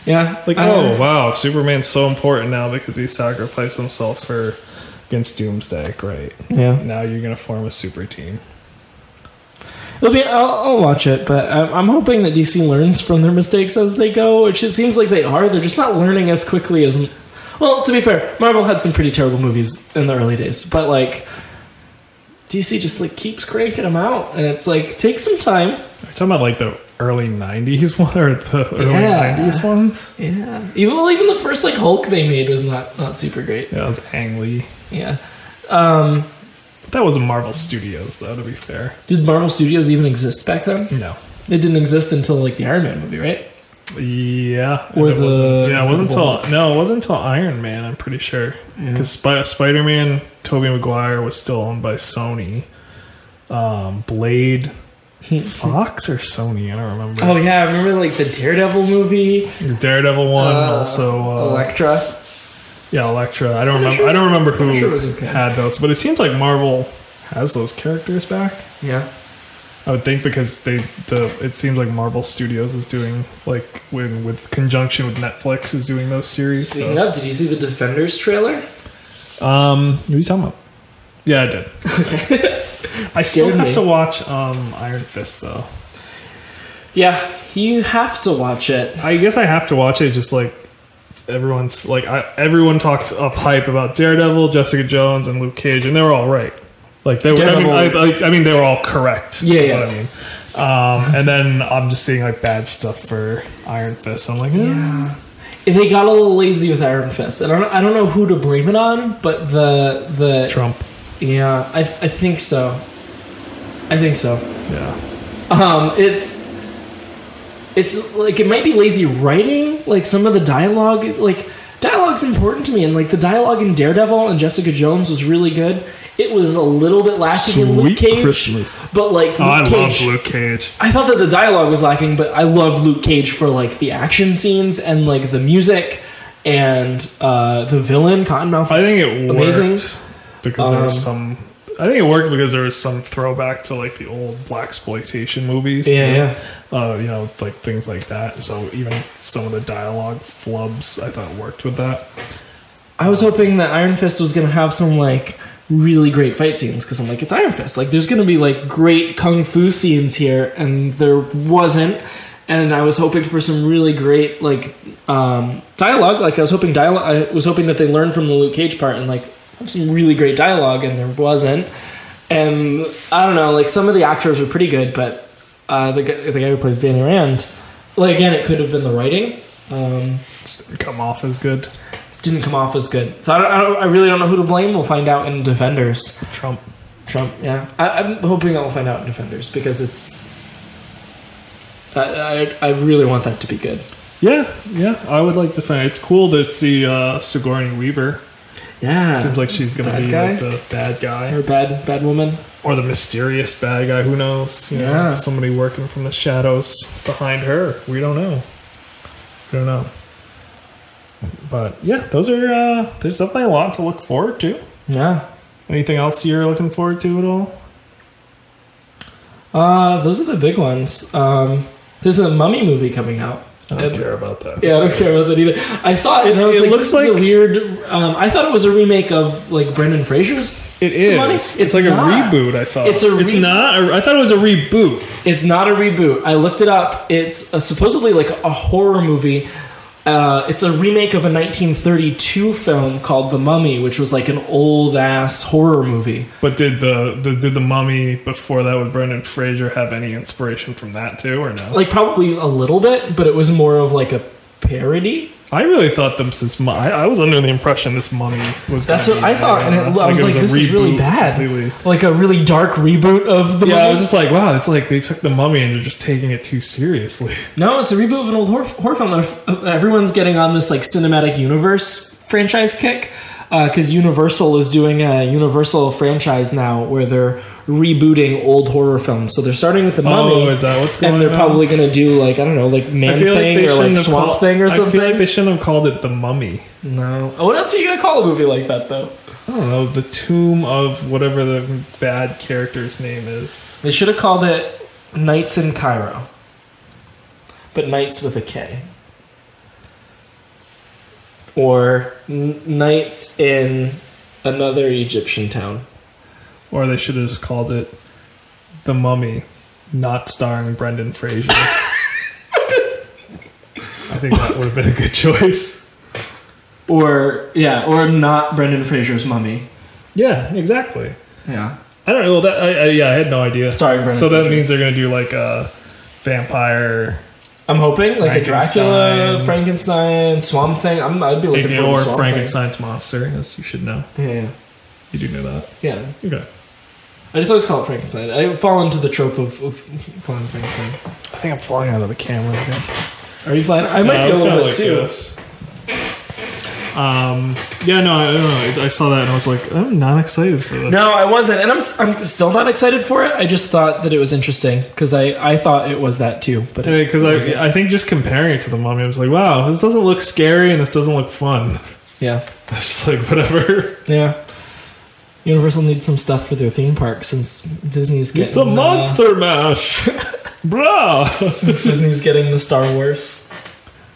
[SPEAKER 1] yeah
[SPEAKER 2] like
[SPEAKER 1] I don't know.
[SPEAKER 2] oh wow, Superman's so important now because he sacrificed himself for against Doomsday. Great.
[SPEAKER 1] yeah
[SPEAKER 2] Now you're gonna form a super team.
[SPEAKER 1] It'll be. I'll, I'll watch it, but I'm, I'm hoping that DC learns from their mistakes as they go, which it seems like they are. They're just not learning as quickly as. Well, to be fair, Marvel had some pretty terrible movies in the early days, but like DC just like keeps cranking them out, and it's like take some time.
[SPEAKER 2] Are you talking about like the early '90s one or the early
[SPEAKER 1] Yeah.
[SPEAKER 2] '90s ones?
[SPEAKER 1] Yeah. Even well, even the first like Hulk they made was not not super great.
[SPEAKER 2] Yeah, that was Ang Lee.
[SPEAKER 1] Yeah. Um,
[SPEAKER 2] That was Marvel Studios, though. To be fair,
[SPEAKER 1] did Marvel Studios even exist back then?
[SPEAKER 2] no.
[SPEAKER 1] It didn't exist until like the Iron Man movie, right?
[SPEAKER 2] Yeah,
[SPEAKER 1] Or
[SPEAKER 2] and it wasn't-
[SPEAKER 1] the-
[SPEAKER 2] yeah, it wasn't until no, it wasn't until Iron Man. I'm pretty sure because Spider Man, Tobey Maguire was still owned by Sony. Um, Blade, Fox or Sony? I don't remember.
[SPEAKER 1] Oh yeah, I remember like the Daredevil movie,
[SPEAKER 2] The Daredevil one,
[SPEAKER 1] Oh. Uh,
[SPEAKER 2] also uh,
[SPEAKER 1] Elektra.
[SPEAKER 2] yeah, Elektra. I don't remember.
[SPEAKER 1] sure-
[SPEAKER 2] I don't remember
[SPEAKER 1] pretty
[SPEAKER 2] who
[SPEAKER 1] sure it was okay.
[SPEAKER 2] had those, but it seems like Marvel has those characters back.
[SPEAKER 1] Yeah.
[SPEAKER 2] I would think because they the it seems like Marvel Studios is doing like when with conjunction with Netflix is doing those series. so-
[SPEAKER 1] Speaking of, did you see the Defenders trailer?
[SPEAKER 2] Um, what are you talking about? Yeah, I did. I still
[SPEAKER 1] Scared
[SPEAKER 2] have
[SPEAKER 1] me.
[SPEAKER 2] to watch um, Iron Fist though.
[SPEAKER 1] Yeah, you have to watch it.
[SPEAKER 2] I guess I have to watch it. Just like everyone's like I, everyone talks up hype about Daredevil, Jessica Jones, and Luke Cage, and they were all right. Like they were. I mean,
[SPEAKER 1] Daredevil
[SPEAKER 2] I,
[SPEAKER 1] was-
[SPEAKER 2] I, I mean, they were all correct.
[SPEAKER 1] Yeah,
[SPEAKER 2] is
[SPEAKER 1] yeah.
[SPEAKER 2] What I mean. Um, and then I'm just seeing like bad stuff for Iron Fist. I'm like, eh.
[SPEAKER 1] They got a little lazy with Iron Fist. I don't I don't know who to blame it on, but the the
[SPEAKER 2] "Ah, Trump.
[SPEAKER 1] yeah, I I think so. I think so.
[SPEAKER 2] Yeah.
[SPEAKER 1] Um, it's it's like it might be lazy writing. Like some of the dialogue is like dialogue's important to me, and like the dialogue in Daredevil and Jessica Jones was really good. It was a little bit lacking in Luke
[SPEAKER 2] Sweet
[SPEAKER 1] Cage,
[SPEAKER 2] Christmas.
[SPEAKER 1] but like
[SPEAKER 2] Oh, I
[SPEAKER 1] Luke
[SPEAKER 2] love
[SPEAKER 1] Cage,
[SPEAKER 2] Luke Cage.
[SPEAKER 1] I thought that the dialogue was lacking, but I loved Luke Cage for like the action scenes and like the music and uh, the villain Cottonmouth.
[SPEAKER 2] I think it worked
[SPEAKER 1] Amazing.
[SPEAKER 2] because there was some.
[SPEAKER 1] Um,
[SPEAKER 2] I think it worked because there was some throwback to like the old black exploitation movies.
[SPEAKER 1] Yeah,
[SPEAKER 2] too.
[SPEAKER 1] yeah.
[SPEAKER 2] Uh, you know, like things like that. So even some of the dialogue flubs, I thought worked with that.
[SPEAKER 1] I was hoping that Iron Fist was gonna have some like really great fight scenes because I'm like it's Iron Fist like there's gonna be like great kung fu scenes here and there wasn't and I was hoping for some really great like um, dialogue like I was hoping dialogue I was hoping that they learned from the Luke Cage part and like have some really great dialogue and there wasn't and I don't know like some of the actors were pretty good but uh, the guy, the guy who plays Danny Rand like again it could have been the writing. Um,
[SPEAKER 2] Just didn't come off as good.
[SPEAKER 1] didn't come off as good. So I, don't, I, don't, I really don't know who to blame. We'll find out in Defenders.
[SPEAKER 2] Trump.
[SPEAKER 1] Trump, yeah. I, I'm hoping that we'll find out in Defenders because it's. I, I, I really want that to be good.
[SPEAKER 2] Yeah, yeah. I would like to find. It's cool to see uh, Sigourney Weaver.
[SPEAKER 1] Yeah.
[SPEAKER 2] Seems like she's gonna
[SPEAKER 1] bad
[SPEAKER 2] be
[SPEAKER 1] guy.
[SPEAKER 2] like, the bad guy
[SPEAKER 1] Or bad, bad woman.
[SPEAKER 2] or the mysterious bad guy. Who knows? You know,
[SPEAKER 1] Yeah.
[SPEAKER 2] somebody working from the shadows behind her. We don't know. We don't know. But yeah, those are. Uh, there's definitely a lot to look forward to.
[SPEAKER 1] Yeah.
[SPEAKER 2] Anything else you're looking forward to at all?
[SPEAKER 1] Uh, those are the big ones. Um, there's a mummy movie coming out.
[SPEAKER 2] I don't
[SPEAKER 1] And-
[SPEAKER 2] care about that.
[SPEAKER 1] Yeah, I don't care about that either. I saw it and I was
[SPEAKER 2] It
[SPEAKER 1] like,
[SPEAKER 2] looks
[SPEAKER 1] this is a
[SPEAKER 2] like-
[SPEAKER 1] weird. Um, I thought it was a remake of like Brendan Fraser's.
[SPEAKER 2] It is.
[SPEAKER 1] money-
[SPEAKER 2] It's,
[SPEAKER 1] it's
[SPEAKER 2] like
[SPEAKER 1] not.
[SPEAKER 2] a reboot. I thought
[SPEAKER 1] It's a
[SPEAKER 2] It's
[SPEAKER 1] re-
[SPEAKER 2] not. A, I thought it was a reboot.
[SPEAKER 1] It's not a reboot. I looked it up. It's a, supposedly like a horror movie. Uh, it's a remake of a 1932 film called The Mummy, which was like an old ass horror movie.
[SPEAKER 2] But did the, the did the Mummy before that with Brendan Fraser have any inspiration from that too, or no?
[SPEAKER 1] Like probably a little bit, but it was more of like a parody.
[SPEAKER 2] I really thought them since mu- I, I was under the impression this Mummy was.
[SPEAKER 1] That's
[SPEAKER 2] gonna
[SPEAKER 1] what
[SPEAKER 2] be
[SPEAKER 1] I thought,
[SPEAKER 2] uh,
[SPEAKER 1] and it, I was like,
[SPEAKER 2] a
[SPEAKER 1] "This is really
[SPEAKER 2] reboot
[SPEAKER 1] bad."
[SPEAKER 2] completely.
[SPEAKER 1] Like a really dark reboot of The
[SPEAKER 2] Yeah, I
[SPEAKER 1] Mummy.
[SPEAKER 2] was just like, wow, it's like they took the Mummy and they're just taking it too seriously.
[SPEAKER 1] no, it's a reboot of an old horror, horror film. Everyone's getting on this like cinematic universe franchise kick because Universal is doing a Universal franchise now where they're rebooting old horror films. So they're starting with the Mummy.
[SPEAKER 2] Oh, is that what's going on?
[SPEAKER 1] and they're probably gonna do like I don't know, like
[SPEAKER 2] I
[SPEAKER 1] man
[SPEAKER 2] feel like
[SPEAKER 1] thing
[SPEAKER 2] they
[SPEAKER 1] or like
[SPEAKER 2] shouldn't have
[SPEAKER 1] swamp
[SPEAKER 2] called-
[SPEAKER 1] thing or
[SPEAKER 2] I feel like
[SPEAKER 1] something.
[SPEAKER 2] they shouldn't have called it the Mummy.
[SPEAKER 1] no, Oh, what else are you gonna call a movie like that though?
[SPEAKER 2] I don't know the tomb of whatever the bad character's name is.
[SPEAKER 1] They should have called it Knights in Cairo, but Knights with a K, or N- Knights in another Egyptian town.
[SPEAKER 2] Or they should have just called it The Mummy, not starring Brendan Fraser. I think that would have been a good choice.
[SPEAKER 1] Or yeah, or not Brendan Fraser's mummy.
[SPEAKER 2] Yeah, exactly.
[SPEAKER 1] Yeah,
[SPEAKER 2] I don't know. Well, that I, I, yeah, I had no idea.
[SPEAKER 1] Starring Brendan
[SPEAKER 2] So that
[SPEAKER 1] Fraser.
[SPEAKER 2] means they're gonna do like a vampire
[SPEAKER 1] I'm hoping like a Dracula,
[SPEAKER 2] Frankenstein.
[SPEAKER 1] Frankenstein, Swamp Thing. I'm, I'd be looking for
[SPEAKER 2] or
[SPEAKER 1] Swamp
[SPEAKER 2] Frankenstein's monster. Yes, you should know.
[SPEAKER 1] Thing. Yeah,
[SPEAKER 2] You do know that.
[SPEAKER 1] yeah, yeah.
[SPEAKER 2] Okay.
[SPEAKER 1] I just always call it Frankenstein. I fall into the trope of, of calling it Frankenstein.
[SPEAKER 2] I think I'm flying out of the camera again.
[SPEAKER 1] Are you fine? I might be a little bit too.
[SPEAKER 2] Um, yeah, no, I don't know. I saw that and I was like, I'm not excited for this.
[SPEAKER 1] No, I wasn't, and I'm s- I'm still not excited for it. I just thought that it was interesting because I I thought it was that too, but it,
[SPEAKER 2] Because I, I think just comparing it to the mummy, I was like, wow, this doesn't look scary and this doesn't look fun.
[SPEAKER 1] yeah,
[SPEAKER 2] I was like, whatever.
[SPEAKER 1] yeah. Universal needs some stuff for their theme park since Disney's getting
[SPEAKER 2] It's a
[SPEAKER 1] uh,
[SPEAKER 2] monster mash. Bruh.
[SPEAKER 1] since Disney's getting the Star Wars.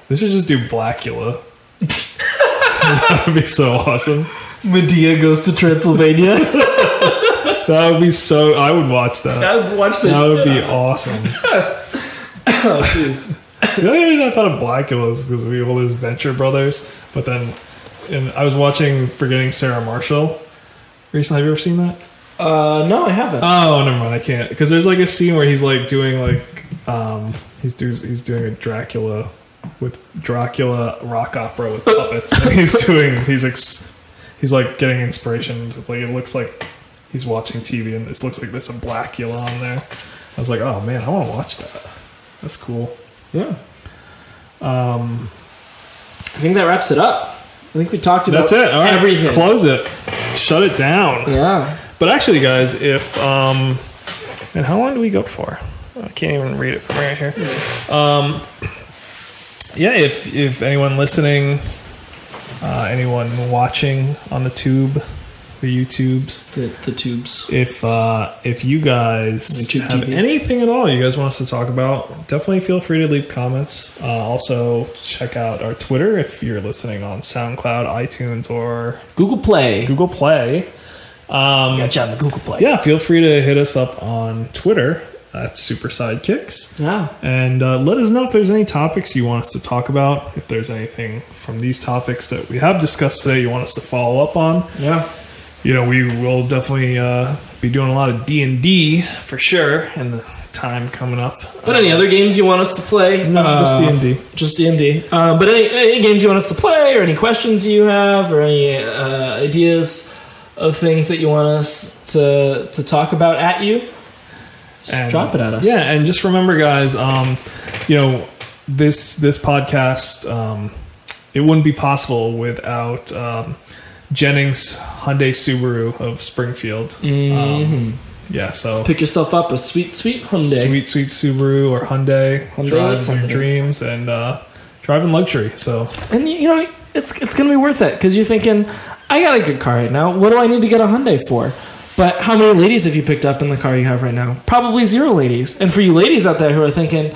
[SPEAKER 2] They should just do Blackula. that would be so awesome.
[SPEAKER 1] Medea goes to Transylvania.
[SPEAKER 2] That would be so. I would watch that.
[SPEAKER 1] I watched the
[SPEAKER 2] That would be awesome.
[SPEAKER 1] Oh, jeez.
[SPEAKER 2] The only reason I thought of Blackula is because we have all those Venture Brothers. But then, and I was watching Forgetting Sarah Marshall recently. Have you ever seen that?
[SPEAKER 1] Uh, no, I haven't.
[SPEAKER 2] Oh, never mind. I can't because there's like a scene where he's like doing like um he's do, he's doing a Dracula with Dracula rock opera with puppets. and he's doing he's ex, he's like getting inspiration. It's like it looks like he's watching TV and it looks like there's a Blackula on there. I was like, oh man, I want to watch that. That's cool.
[SPEAKER 1] yeah.
[SPEAKER 2] Um,
[SPEAKER 1] I think that wraps it up. I think we talked about
[SPEAKER 2] that's it. All right,
[SPEAKER 1] everything.
[SPEAKER 2] Close it. Shut it down.
[SPEAKER 1] yeah.
[SPEAKER 2] But actually, guys, if um, and how long do we go for? I can't even read it from right here. Um, yeah, if if anyone listening, uh, anyone watching on the tube, the YouTubes,
[SPEAKER 1] The, the tubes.
[SPEAKER 2] if uh, if you guys
[SPEAKER 1] YouTube
[SPEAKER 2] have
[SPEAKER 1] TV.
[SPEAKER 2] anything at all you guys want us to talk about, definitely feel free to leave comments. Uh, also, check out our Twitter if you're listening on SoundCloud, iTunes, or
[SPEAKER 1] Google Play.
[SPEAKER 2] Google Play. Um,
[SPEAKER 1] Gotcha on the Google Play.
[SPEAKER 2] yeah, feel free to hit us up on Twitter at Super Sidekicks.
[SPEAKER 1] Yeah.
[SPEAKER 2] And uh, let us know if there's any topics you want us to talk about, if there's anything from these topics that we have discussed today you want us to follow up on.
[SPEAKER 1] Yeah.
[SPEAKER 2] You know, we will definitely uh, be doing a lot of D&D for sure in the time coming up.
[SPEAKER 1] But any other games you want us to play?
[SPEAKER 2] No, just
[SPEAKER 1] Uh,
[SPEAKER 2] D&D.
[SPEAKER 1] Just D and D. Uh, But any, any games you want us to play, or any questions you have, or any uh, ideas of things that you want us to to talk about at you, just
[SPEAKER 2] And-
[SPEAKER 1] drop it at us.
[SPEAKER 2] Yeah, and just remember, guys, um, you know this this podcast um, it wouldn't be possible without um, Jennings Hyundai Subaru of Springfield.
[SPEAKER 1] Mm.
[SPEAKER 2] Um, yeah, so
[SPEAKER 1] Pick yourself up a sweet, sweet Hyundai.
[SPEAKER 2] sweet sweet Subaru or Hyundai,
[SPEAKER 1] Hyundai
[SPEAKER 2] drive
[SPEAKER 1] looks
[SPEAKER 2] your
[SPEAKER 1] something.
[SPEAKER 2] dreams and uh, drive in luxury. So
[SPEAKER 1] And you, you know, it's it's gonna be worth it because you're thinking, I got a good car right now. What do I need to get a Hyundai for? But how many ladies have you picked up in the car you have right now? Probably zero ladies. And for you ladies out there who are thinking,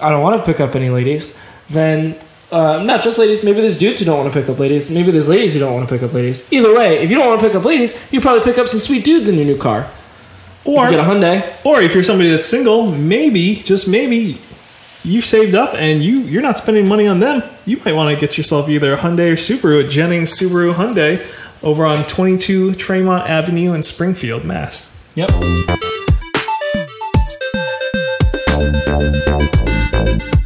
[SPEAKER 1] I don't want to pick up any ladies, then uh, not just ladies. Maybe there's dudes who don't want to pick up ladies. Maybe there's ladies who don't want to pick up ladies. Either way, if you don't want to pick up ladies, you probably pick up some sweet dudes in your new car.
[SPEAKER 2] or
[SPEAKER 1] you get a Hyundai.
[SPEAKER 2] or if you're somebody that's single, maybe just maybe you've saved up and you you're not spending money on them. You might want to get yourself either a Hyundai or Subaru at Jennings Subaru Hyundai over on 22 Tremont Avenue in Springfield, Mass.
[SPEAKER 1] Yep.
[SPEAKER 3] Thank you.